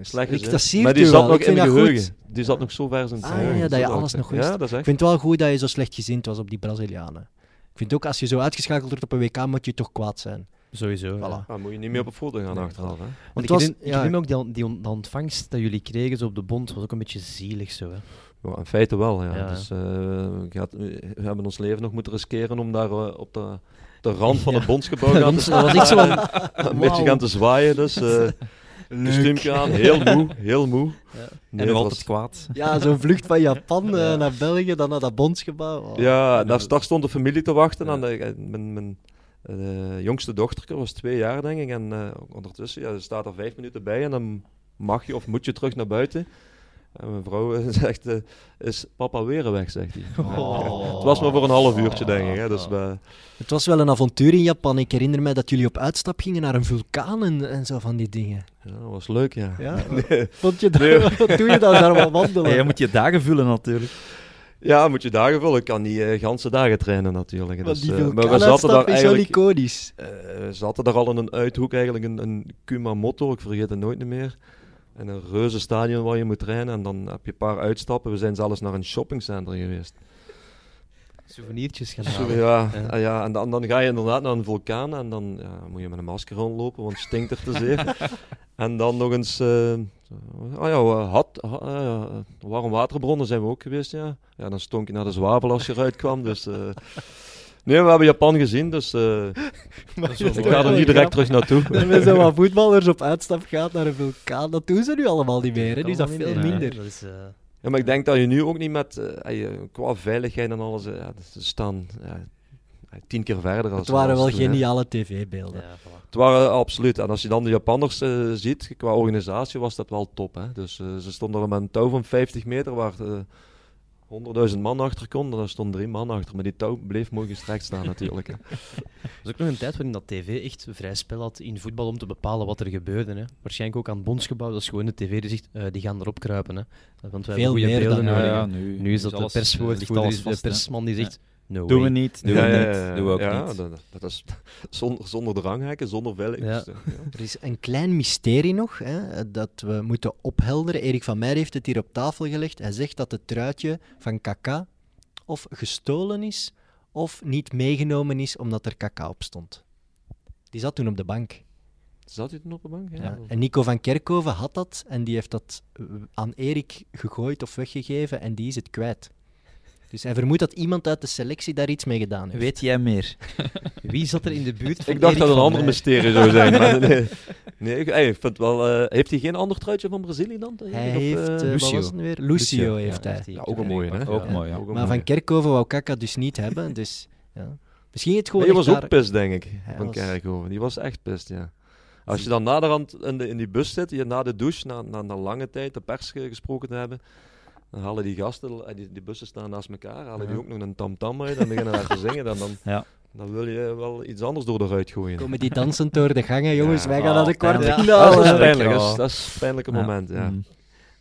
Slecht Ik- is, hè. dat siert Maar die u zat wel. nog Ik in vind mijn dat geheugen. goed. Die zat nog zo ver in zijn Ah, geheugen. ja, dat je wil ik alles nog zeggen. wist. Ja, dat is Ik echt. vind het wel goed dat je zo slecht gezind was op die Brazilianen. Ik vind ook, als je zo uitgeschakeld wordt op een WK, moet je toch kwaad zijn. Sowieso, Voilà. Ah, moet je niet meer op het foto gaan achteraf. Hè? Het Want ik, was- herinner, ik ja. herinner me ook die, on- die, on- de ontvangst dat jullie kregen zo op de bond, was ook een beetje zielig zo. Hè. Ja, in feite wel, ja. Ja. Dus, eh, we gaat- we hebben ons leven nog moeten riskeren om daar eh, op de, de rand van het bondsgebouw gaan te Dat was staan. echt zo'n- een beetje gaan te zwaaien, dus... eh kostuumpje aan, heel moe, heel moe. Ja. Nee, En nog het altijd kwaad. Ja, zo'n vlucht van Japan eh, Ja. naar België, dan naar dat bondsgebouw. Oh. Ja, daar, daar stond de familie te wachten. Ja. En, eh, eh, mijn mijn eh, jongste dochter was twee jaar, denk ik. En eh, ondertussen ja, ze staat er vijf minuten bij en dan mag je of moet je terug naar buiten. En mijn vrouw eh, zegt, eh, is papa weer weg, zegt hij. Oh. Het was maar voor een half uurtje, denk ik. Hè. Dus, eh, Oh. Het was wel een avontuur in Japan. Ik herinner mij dat jullie op uitstap gingen naar een vulkaan en, en zo van die dingen. ja, dat was leuk, ja. Ja, Vond je dat, Wat doe je dan daar wel wandelen? Hey, jij moet je dagen vullen natuurlijk. Ja, moet je dagen vullen. Ik kan niet eh ganse dagen trainen natuurlijk. Want Dus, die eh, vulkaanuitstap we zaten daar is wel eigenlijk... iconisch. eh, we zaten daar al in een uithoek eigenlijk, een, een Kumamoto, ik vergeet het nooit meer. En een reuze stadion waar je moet trainen. En dan heb je een paar uitstappen. We zijn zelfs naar een shoppingcenter geweest. Souvenirtjes gaan Zo, halen. ja, Ja. ah ja, en dan, dan ga je inderdaad naar een vulkaan en dan ja, moet je met een masker rondlopen, want het stinkt er te zeer. en dan nog eens, eh, ah ja, we had, ha- eh, warm waterbronnen zijn we ook geweest, ja. Ja, dan stonk je naar de zwavel als je eruit kwam, dus... eh, Nee, we hebben Japan gezien, dus eh, ik ga er niet direct terug naartoe. Als men zo wat voetballers op uitstap gaat naar een vulkaan, dat doen ze nu allemaal niet meer. Hè? Nu is dat veel meer. minder. Dat is, eh, Ja, maar ik denk dat je nu ook niet met, eh, eh, je- qua veiligheid en alles, eh, ja, ze staan ja, tien keer verder. Als, Het waren als wel toen, hè. geniale tv-beelden. ja, voilà. Het waren absoluut. En als je dan de Japanners eh, ziet, qua organisatie was dat wel top. Hè? Dus eh, ze stonden er met een touw van 50 meter waar eh 100.000 man achter konden. Daar stonden drie man achter. Maar die touw bleef mooi gestrekt staan natuurlijk. Hè? Er was ook nog een tijd waarin dat tv echt vrij spel had in voetbal om te bepalen wat er gebeurde. Hè. Waarschijnlijk ook aan het bondsgebouw, dat is gewoon de tv die zegt, eh, die gaan erop kruipen. Hè. Eh, Want wij Veel hebben goede meer beelden dan- nodig. hè. nu, nu is dat alles- eh, de perswoord, ligt voor alles de- de vast, hè. persman die zegt, no Doen we way. niet, doen Ja, we ja, niet, ja, ja. doen we ook Ja, niet. Dat, dat is zonder, zonder dranghekken, zonder Dus, eh, veiligheid. Ja. Er is een klein mysterie nog hè, dat we moeten ophelderen. Erik van Meijer heeft het hier op tafel gelegd. Hij zegt dat het truitje van Kaka of gestolen is of niet meegenomen is omdat er Kaka op stond. Die zat toen op de bank. Zat hij toen op de bank? Ja. Ja. En Nico van Kerkhoven had dat en die heeft dat eh, aan Erik gegooid of weggegeven en die is het kwijt. Dus hij vermoedt dat iemand uit de selectie daar iets mee gedaan heeft. Weet jij meer? Wie zat er in de buurt van Ik dacht Erik dat het een van ander Meijer? mysterie zou zijn. Maar nee, nee, ik, hey, ik vind wel, eh, heeft hij geen ander truitje van Brazilië dan? Hij Of, heeft, eh, eh, wat Lucio. was het nu weer? Lucio, Lucio, ja, heeft hij. die- ja, ook een mooie, hè? Ook mooi, ja. Ook een Maar mooie. Van Kerkhoven wou Kaka dus niet hebben. Dus, ja. Misschien het gewoon. Nee, echt die was ook daar- pist, denk ik, Hij van was- Kerkhoven. Die was echt pist, ja. Als je dan naderhand in, de, in die bus zit, je na de douche, na, na, na lange tijd de pers ge- gesproken te hebben, dan halen die gasten, eh, die, die bussen staan naast elkaar, halen die Ja. ook nog een tamtam uit en beginnen daar te zingen. Dan, dan, Ja. dan wil je wel iets anders door eruit gooien. Komen die dansend door de gangen, jongens? wij gaan naar Ah, de pijnlijk. Dat kwartfinale. is Ja. pijnlijk, dat Ja. is, dat is een pijnlijke Nou, Ja. moment, ja. Mm.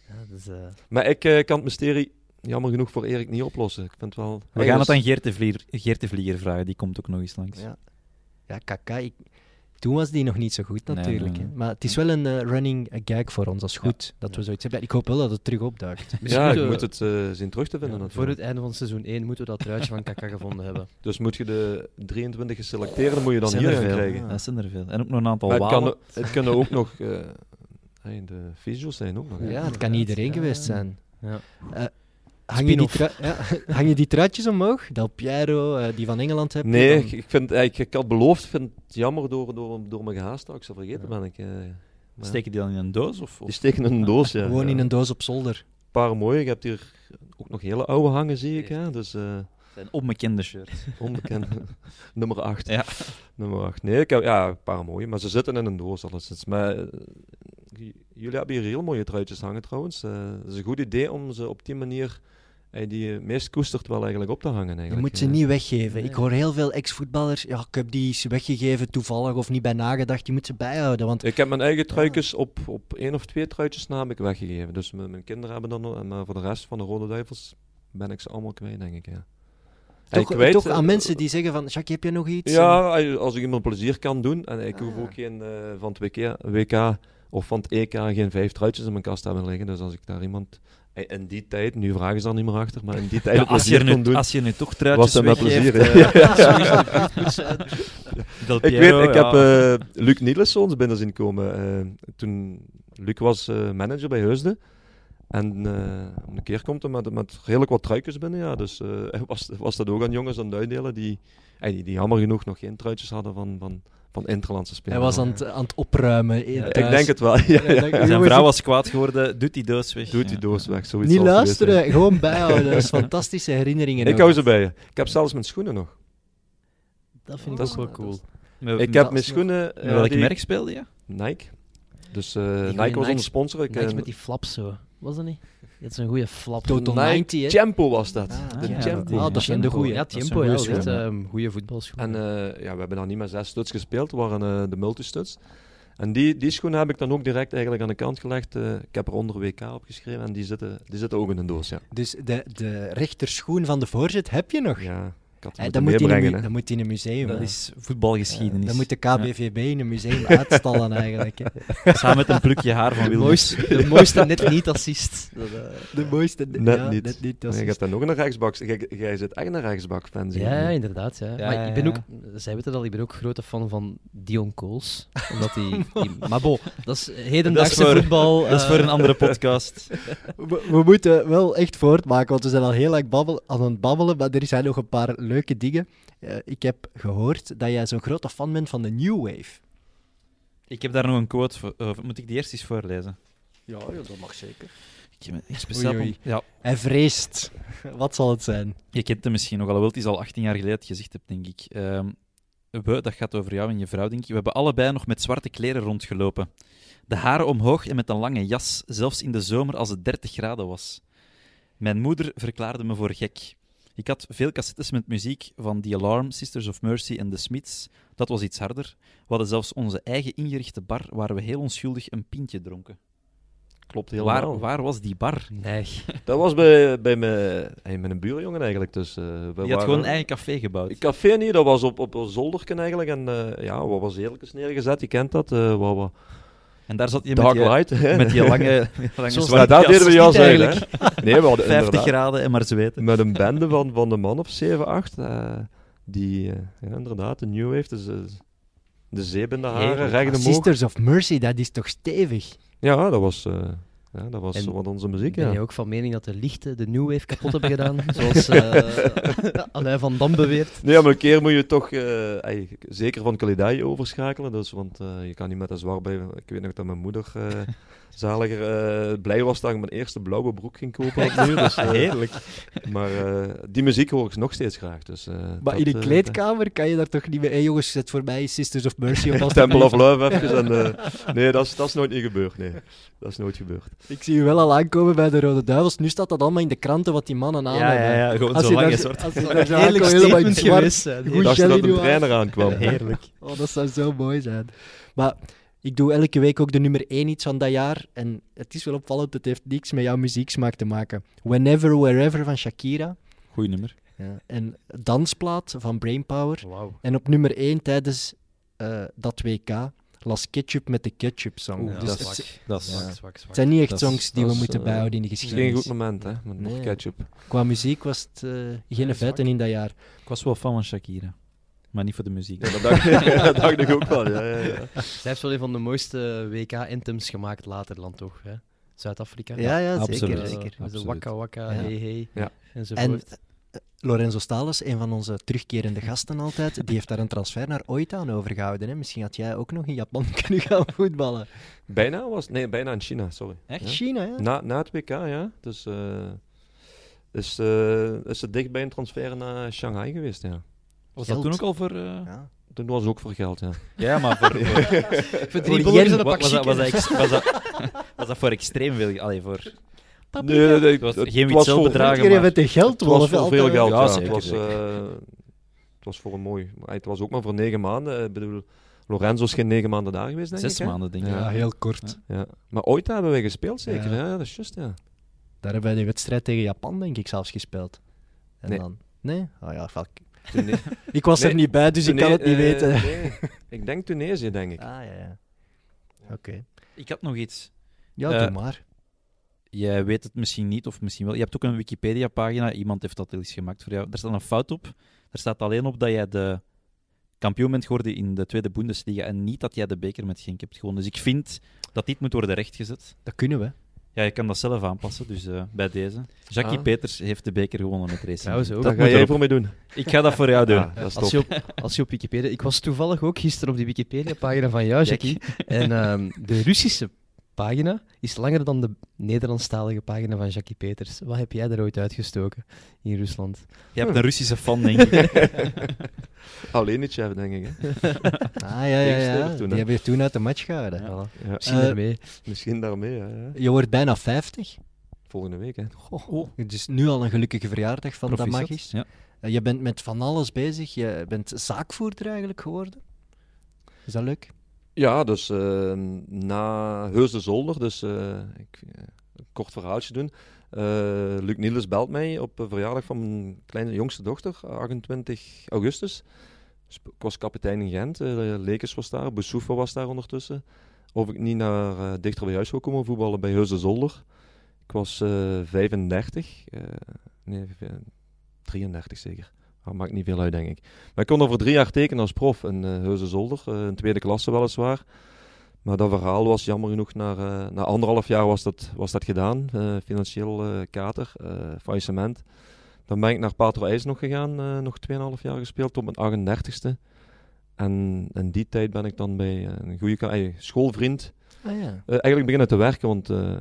Ja, dat is, eh, Maar ik eh, kan het mysterie jammer genoeg voor Erik niet oplossen. Ik vind het wel... We gaan het aan Geert de, Vlier, Geert de Vlieger vragen, die komt ook nog eens langs. Ja. Ja, Kaka. ik- Toen was die nog niet zo goed Nee, natuurlijk. nee, hè. nee. Maar het is wel een eh, running gag voor ons. Dat is goed dat we zoiets hebben. Ik hoop wel dat het terug opduikt. misschien Ja, ik moeten we- moet het eh, zien terug te vinden. ja, voor natuurlijk. het einde van seizoen 1 moeten we dat truitje van Kaka gevonden hebben. Dus moet je de 23 geselecteerden moet je dan zijn hier er gaan veel. krijgen. Ja, dat zijn er veel. En ook nog een aantal Maar het, Walen. kan, het kunnen ook nog eh, hey, de fysio's zijn ook nog. hè. ja, het kan iedereen geweest zijn. Ja. Eh, hangen, die Spin-off. trui- ja, hangen die truitjes omhoog? Del Piero, eh, die van Engeland heb je Nee, dan- ik, ik vind, eh, ik, ik had beloofd, ik vind het jammer door, door, door mijn gehaast dat ik ze vergeten ben. Ik, eh, maar- Steken die dan in een doos? Of, of- die steken in een doos, ja. Gewoon Ja. in een doos op zolder. Een paar mooie. Ik heb hier ook nog hele oude hangen, zie ik. Hè? Dus eh, zijn onbekende shirts. onbekend. Nummer 8. Ja. Nummer 8. Nee, ik heb ja, een paar mooie, maar ze zitten in een doos alleszins. Maar eh, j- jullie hebben hier heel mooie truitjes hangen trouwens. Eh, Het is een goed idee om ze op die manier, eh, die je meest koestert, wel eigenlijk op te hangen. Je Eigenlijk. moet ze eh. niet weggeven. Nee. Ik hoor heel veel ex-voetballers. Ja, ik heb die eens weggegeven toevallig of niet bij nagedacht. Je moet ze bijhouden. Want Ik heb mijn eigen truitjes op, op één of twee truitjes na heb ik weggegeven. Dus mijn, mijn kinderen hebben dan nog, maar voor de rest van de Rode Duivels ben ik ze allemaal kwijt, denk ik. Ja. En toch, kwijt, toch eh, aan mensen die zeggen van... Jacques, heb je nog iets? Ja, als ik iemand plezier kan doen. En ik hoef Ah. ook geen eh, van het WK, WK of van het EK geen vijf truitjes in mijn kast te hebben liggen. Dus als ik daar iemand... eh, In die tijd, nu vragen ze dan niet meer achter, maar in die tijd Ja, het als, je plezier nu, kon doen, als je nu toch was truitjes dat met weggeeft... plezier. eh, hè. Del Ik Piero, weet, ik heb ja. eh, Luc Nielsen ons binnen zien komen. eh, toen Luc was eh, manager bij Heusden. En eh, om een keer komt hij met, met redelijk wat truitjes binnen. Ja. Dus eh, hij was, was dat ook aan jongens aan het uitdelen die, eh, die, die jammer genoeg nog geen truitjes hadden van, van, van Interlandse Hij spelers. was aan het, aan het opruimen. Eh, in Ja, Ik thuis. denk het wel. Ja, ja. denk- Zijn Jongens, vrouw was kwaad geworden, doet die doos weg. Doet die Ja. doos weg. Zoiets Niet zal het geweest luisteren, zijn. gewoon bijhouden. Dat is fantastische herinneringen. Ik ook. hou ze bij je. Ik heb zelfs mijn schoenen nog. Dat vind ik Dat ook is- wel cool. Met- Ik met- heb mijn is nog- schoenen. met eh, welk die- merk speelde je? Nike. Dus eh, goeie Nike was Nikes- onze sponsor. Ik, Nike eh, met die flaps zo, was dat niet? Dat is een goede flap. Total Nike 90, hè? Tempo was dat. Ah, de ja. Tempo. Ah, dat zijn de goeie. Ja, Dat zijn Tiempo, goeie ja, dat is echt schoenen. een goede voetbalschoen. En eh, ja, we hebben dan niet met zes studs gespeeld, het waren eh, de multistuds. En die, die schoenen heb ik dan ook direct eigenlijk aan de kant gelegd. eh, ik heb er onder WK op geschreven en die zitten, die zitten ook in een doos, ja. Dus de, de rechterschoen van de voorzit heb je nog. Ja, ik had Hè, hem Eh, dat, moeten moet in een, meebrengen, mu- hè. dat moet in een museum. Dat hè. is voetbalgeschiedenis. Dat moet de KBVB in een museum uitstallen eigenlijk. hè. Samen met een plukje haar van de, Wilmoes. mooiste, de mooiste net niet-assist. Dat, eh, De mooiste. Net ja, niet. Net niet dat Maar is jij gaat dan nog een rechtsbak. Jij, jij zit echt een rechtsbak fan. zie ik. Ja, inderdaad. Ja. Ja, maar ik ben ja, ook, zij weten het al, ik ben ook grote fan van Dion Kools. Omdat die, die- maar bo, dat is hedendaagse voor- voetbal. Dat is eh, voor een andere podcast. We, we moeten wel echt voortmaken, want we zijn al heel lang babbel, aan het babbelen, maar er zijn nog een paar leuke dingen. Eh, ik heb gehoord dat jij zo'n grote fan bent van de New Wave. Ik heb daar nog een quote voor. of moet ik die eerst eens voorlezen? Ja, dat mag zeker. Ik heb een- echt speciaal... Oei, oei. Ja, Hij vreest. Wat zal het zijn? je kent hem misschien nog, alhoewel het is al 18 jaar geleden dat je gezegd hebt, denk ik. Ehm, we, dat gaat over jou en je vrouw, denk ik. We hebben allebei nog met zwarte kleren rondgelopen. De haren omhoog en met een lange jas, zelfs in de zomer als het 30 graden was. Mijn moeder verklaarde me voor gek. Ik had veel cassettes met muziek van The Alarm, Sisters of Mercy en The Smiths. Dat was iets harder. We hadden zelfs onze eigen ingerichte bar waar we heel onschuldig een pintje dronken. Klopt Waar, helemaal. waar was die bar? Nee, Dat was bij, bij mijn, hey, mijn buurjongen eigenlijk. Dus, eh, we Die waren- had gewoon een eigen café gebouwd. Een café niet, dat was op, op een zolderken eigenlijk. En eh, ja, wat was heerlijk neergezet, je kent dat. eh wat, wat, En daar zat je met dark die, light. hè. met die lange, die lange Zoals Nou, zwarte dat jas. deden we niet juist eigenlijk. eigenlijk. hè. Nee, we hadden 50 inderdaad- graden en maar zweten. Met een bende van, van de man of 7, 8. die eh, ja, inderdaad de new heeft. Dus, eh, de zeep in de haren, Heerlijk. recht omhoog. Sisters of Mercy, dat is toch stevig? Ja, dat was, eh, ja, dat was En wat onze muziek. ben Ja. je ook van mening dat de lichten de New Wave kapot hebben gedaan? Zoals eh Alain van Dam beweert. Nee, maar een keer moet je toch eh, ey, zeker van kwaliteit overschakelen. Dus, want eh, je kan niet met een zwart bij. Ik weet nog dat mijn moeder eh, zaliger eh, blij was dat ik mijn eerste blauwe broek ging kopen. Opnieuw, dus, Ah, eh, Heerlijk. Maar eh, die muziek hoor ik nog steeds graag. Dus, eh, Maar dat, in een eh, kleedkamer kan je daar toch niet mee... Hé jongens, zet voor mij Sisters of Mercy op. als- Temple of Love even. En, eh, nee, dat is, dat is nooit niet gebeurd. Nee, dat is nooit gebeurd. Ik zie u wel al aankomen bij de Rode Duivels. Nu staat dat allemaal in de kranten wat die mannen aan Ja, ja, ja, gewoon Als zo je lang daar- en zwart. als je daar Een zo aankomt, heerlijk helemaal in statement het zwart. geweest zijn. Goed. Heerlijk. Dat ze dat een Jelly trainer aankwam. Heerlijk. Oh, dat zou zo mooi zijn. Maar ik doe elke week ook de nummer 1 iets van dat jaar. En het is wel opvallend, het heeft niks met jouw muzieksmaak te maken. Whenever, Wherever van Shakira. Goeie nummer. En Dansplaat van Brainpower. Wauw. En op nummer 1 tijdens eh, dat WK las Ketchup met de Ketchup Song. Oeh, dus dat het, is- dat Ja. Zwak, zwak, zwak. het zijn niet echt dat is- songs die dat we is, moeten eh, bijhouden in de Het is geen geschiedenis. goed moment, hè? Met nog Nee. ketchup. Qua muziek was het eh, geen Ja, feiten in dat jaar. Ik was wel fan van Shakira. Maar niet voor de muziek. Ja, dat dacht, dat dacht ik ook wel. Ja, ja, ja. Zij heeft wel een van de mooiste WK-anthems gemaakt later dan toch, hè? Zuid-Afrika. Ja, ja, absoluut. zeker. zeker. Met de Absoluut. wakka wakka, Ja. hey hey, Ja. En enzovoort. eh, Lorenzo Stalens, een van onze terugkerende gasten altijd, die heeft daar een transfer naar ooit aan overgehouden. Hè? Misschien had jij ook nog in Japan kunnen gaan voetballen. Bijna was. Nee, bijna in China, sorry. Echt? Ja. China, ja. Na, na het WK, ja. Dus eh, is, eh, is het dicht bij een transfer naar Shanghai geweest, ja. Was Geld. dat toen ook al voor... eh, Ja. Toen was het ook voor geld, ja. Ja, maar voor... voor- drie Voor drie yen bolletjes en een Wa- pak was, dat, was, chicken. dat ex- was, dat, was dat voor extreem veel? Allee, voor... Nee, nee, nee, was het geen was voor- Witzel-bedrag. Vragen Iedereen maar. met de geld Het was voor veel geld, Ja, ja. zeker, het, was, zeker. eh, het was voor een mooi... maar Het was ook maar voor negen maanden. eh, Ik bedoel, Lorenzo is geen negen maanden daar geweest, denk Zes ik. hè? maanden, denk ik. Ja, heel kort. Ja. Maar ooit hebben wij gespeeld, zeker. Ja. Ja, dat is juist, ja. Daar hebben wij de wedstrijd tegen Japan, denk ik, zelfs gespeeld. En Nee. dan... Nee? Oh ja, fuck. Toen- Ik was er Nee, niet bij, dus ik kan Tune- het niet eh, weten. Ah, nee. Ik denk Tunesië, denk ik. ja, ja. Oké. Ik had nog iets. Ja, Eh, doe maar. Jij weet het misschien niet, of misschien wel. Je hebt ook een Wikipedia-pagina. Iemand heeft dat eens gemaakt voor jou. Daar staat een fout op. Er staat alleen op dat jij de kampioen bent geworden in de tweede Bundesliga en niet dat jij de beker met Genk hebt gewonnen. Dus ik vind dat dit moet worden rechtgezet. Dat kunnen we. Ja, je kan dat zelf aanpassen, dus eh, bij deze. Jackie Ah. Peters heeft de beker gewonnen met Racing. Trouwens ook. dat Daar ga moet jij erop. voor mee doen. Ik ga dat voor jou doen. Ja, dat is Als top. je, op, als je op Wikipedia... Ik was toevallig ook gisteren op die Wikipedia-pagina van jou, Jackie. En ehm, de Russische pagina is langer dan de Nederlandstalige pagina van Jackie Peters. Wat heb jij er ooit uitgestoken in Rusland? Je hebt een Russische fan, denk ik. Alleen iets hebben, denk ik. Hè. Ah, ja, ja, ja. Tegenstander toen, Die hè. hebben we toen uit de match gehouden. Voilà. Ja, Misschien Eh, ermee. misschien daarmee. Hè. Je wordt bijna 50. Volgende week, hè. Het is nu al een gelukkige verjaardag van dat Proficiat. magisch. Ja. Eh, Je bent met van alles bezig. Je bent zaakvoerder eigenlijk geworden. Is dat leuk? Ja, dus eh, na Heus de Zolder, dus eh, ik, eh, een kort verhaaltje doen. Eh, Luc Niels belt mij op de verjaardag van mijn kleine jongste dochter, 28 augustus. Dus Ik was kapitein in Gent, eh, Lekes was daar, Boussoufa was daar ondertussen. Of ik niet naar, eh, dichter bij huis wil komen voetballen bij Heus de Zolder. Ik was eh, 35, eh, nee, v- eh, 33 zeker. Dat maakt niet veel uit, denk ik. Maar ik kon over drie jaar tekenen als prof in eh Heuze Zolder, eh, in tweede klasse weliswaar. Maar dat verhaal was jammer genoeg, na, eh, na anderhalf jaar was dat, was dat gedaan. Eh, financieel eh, kater, eh, faillissement. Dan ben ik naar Patro IJs nog gegaan, eh nog 2,5 jaar gespeeld tot mijn 38ste. En in die tijd ben ik dan bij een goede ka- eh, schoolvriend Ah ja. eh, eigenlijk beginnen te werken, want eh,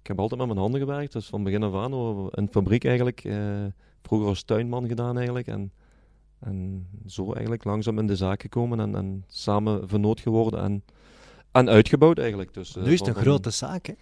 ik heb altijd met mijn handen gewerkt. Dus van begin af aan, oh, in de fabriek eigenlijk. eh, vroeger als tuinman gedaan eigenlijk. En, en zo eigenlijk langzaam in de zaak gekomen en, en samen vernoot geworden en, en uitgebouwd eigenlijk. Dus, eh, Nu is het een van- grote zaak, hè?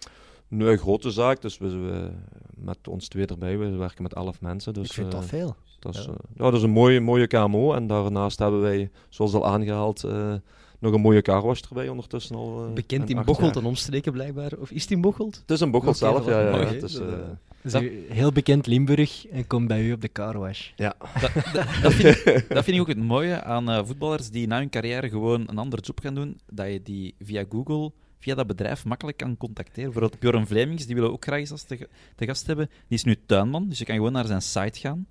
Nee, een grote zaak. Dus we, we- met ons twee erbij, we werken met elf mensen. Dus, Ik vind eh, dat veel. dat is, Ja. eh, ja, dat is een mooie, mooie KMO. En daarnaast hebben wij, zoals al aangehaald, eh, nog een mooie carwash erbij ondertussen al. eh, Bekend en in acht Bocholt jaar. en omstreken blijkbaar. Of is het in Bocholt? Het is een bochel Oké, zelf, voilà. ja. ja, ja. Oké, Het is, dat, eh, eh, Dus u- heel bekend Limburg en komt bij u op de carwash. Dat vind, ik, dat vind ik ook het mooie aan eh, voetballers die na hun carrière gewoon een andere job gaan doen, dat je die via Google, via dat bedrijf, makkelijk kan contacteren. Bijvoorbeeld Björn Vlemings, die willen we ook graag eens als te, te gast hebben. Die is nu tuinman, dus je kan gewoon naar zijn site gaan.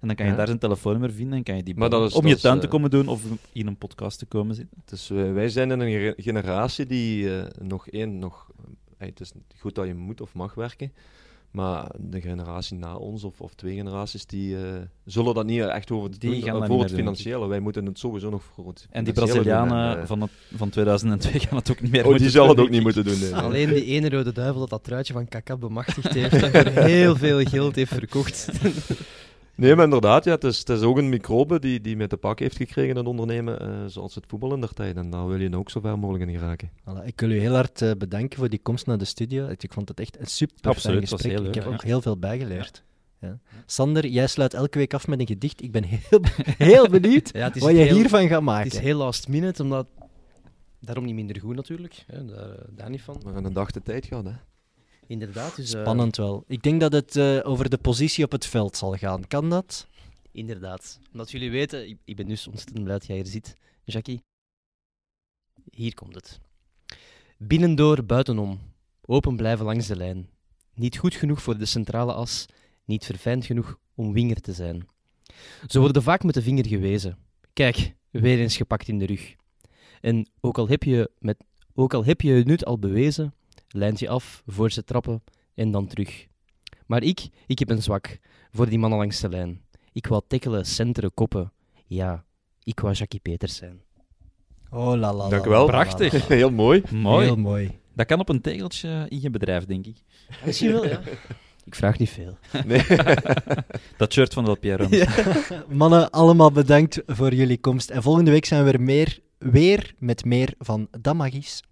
En dan kan je Ja. daar zijn telefoonnummer vinden en kan je die Maar bellen dat is- om dat je is, tuin eh, te komen doen of in een podcast te komen zitten. Dus wij, wij zijn in een gere- generatie die eh, nog één, nog, eh, het is goed dat je moet of mag werken, maar de generatie na ons of, of twee generaties, die eh, zullen dat niet echt over Die doen, gaan dat eh, niet voor meer het doen. financiële. Wij moeten het sowieso nog voor het En die financiële doen. Brazilianen En, eh, van, het, van 2002 gaan het ook niet meer oh, die moeten zullen het doen, ook niet denk ik. moeten doen. nee, nee. Alleen die ene rode duivel dat dat truitje van Kaka bemachtigd heeft en voor heel veel geld heeft verkocht. Nee, maar inderdaad, ja, het, is, het is ook een microbe die, die met de pak heeft gekregen in het ondernemen, eh, zoals het voetbal in der tijd. En daar wil je nou ook zo ver mogelijk in geraken. Voilà, ik wil u heel hard eh, bedanken voor die komst naar de studio. Het- Ik vond het echt een super fijn Absoluut, het gesprek. was heel ik leuk, heb ja. ook heel veel bijgeleerd. Ja. Sander, jij sluit elke week af met een gedicht. Ik ben heel, heel benieuwd Ja, het is wat je heel- hiervan gaat Het is maken. heel last minute, omdat... Daarom niet minder goed natuurlijk, hè, daar, eh, daar niet van. Maar in een dag de tijd gaat, hè. Inderdaad, dus... eh, Spannend wel. Ik denk dat het eh, over de positie op het veld zal gaan. Kan dat? Inderdaad. Omdat jullie weten, ik, ik ben dus ontzettend blij dat jij hier zit, Jackie. Hier komt het. Binnendoor, buitenom. Open blijven langs de lijn. Niet goed genoeg voor de centrale as, niet verfijnd genoeg om winger te zijn. Ze worden vaak met de vinger gewezen. Kijk, weer eens gepakt in de rug. En ook al heb je, met, ook al heb je het nut al bewezen, lijnt je af voor ze trappen en dan terug. Maar ik, ik heb een zwak voor die mannen langs de lijn. Ik wou tackelen, centeren, koppen. Ja, ik wou Jackie Peters zijn. Oh la la. Dank u wel. Prachtig. Heel mooi. Mooi. Heel mooi. Dat kan op een tegeltje in je bedrijf, denk ik. Misschien wel, ja. Ik vraag niet veel. Dat shirt van Del Piero. Mannen, allemaal bedankt voor jullie komst. En volgende week zijn we er meer, weer met meer van Damagis.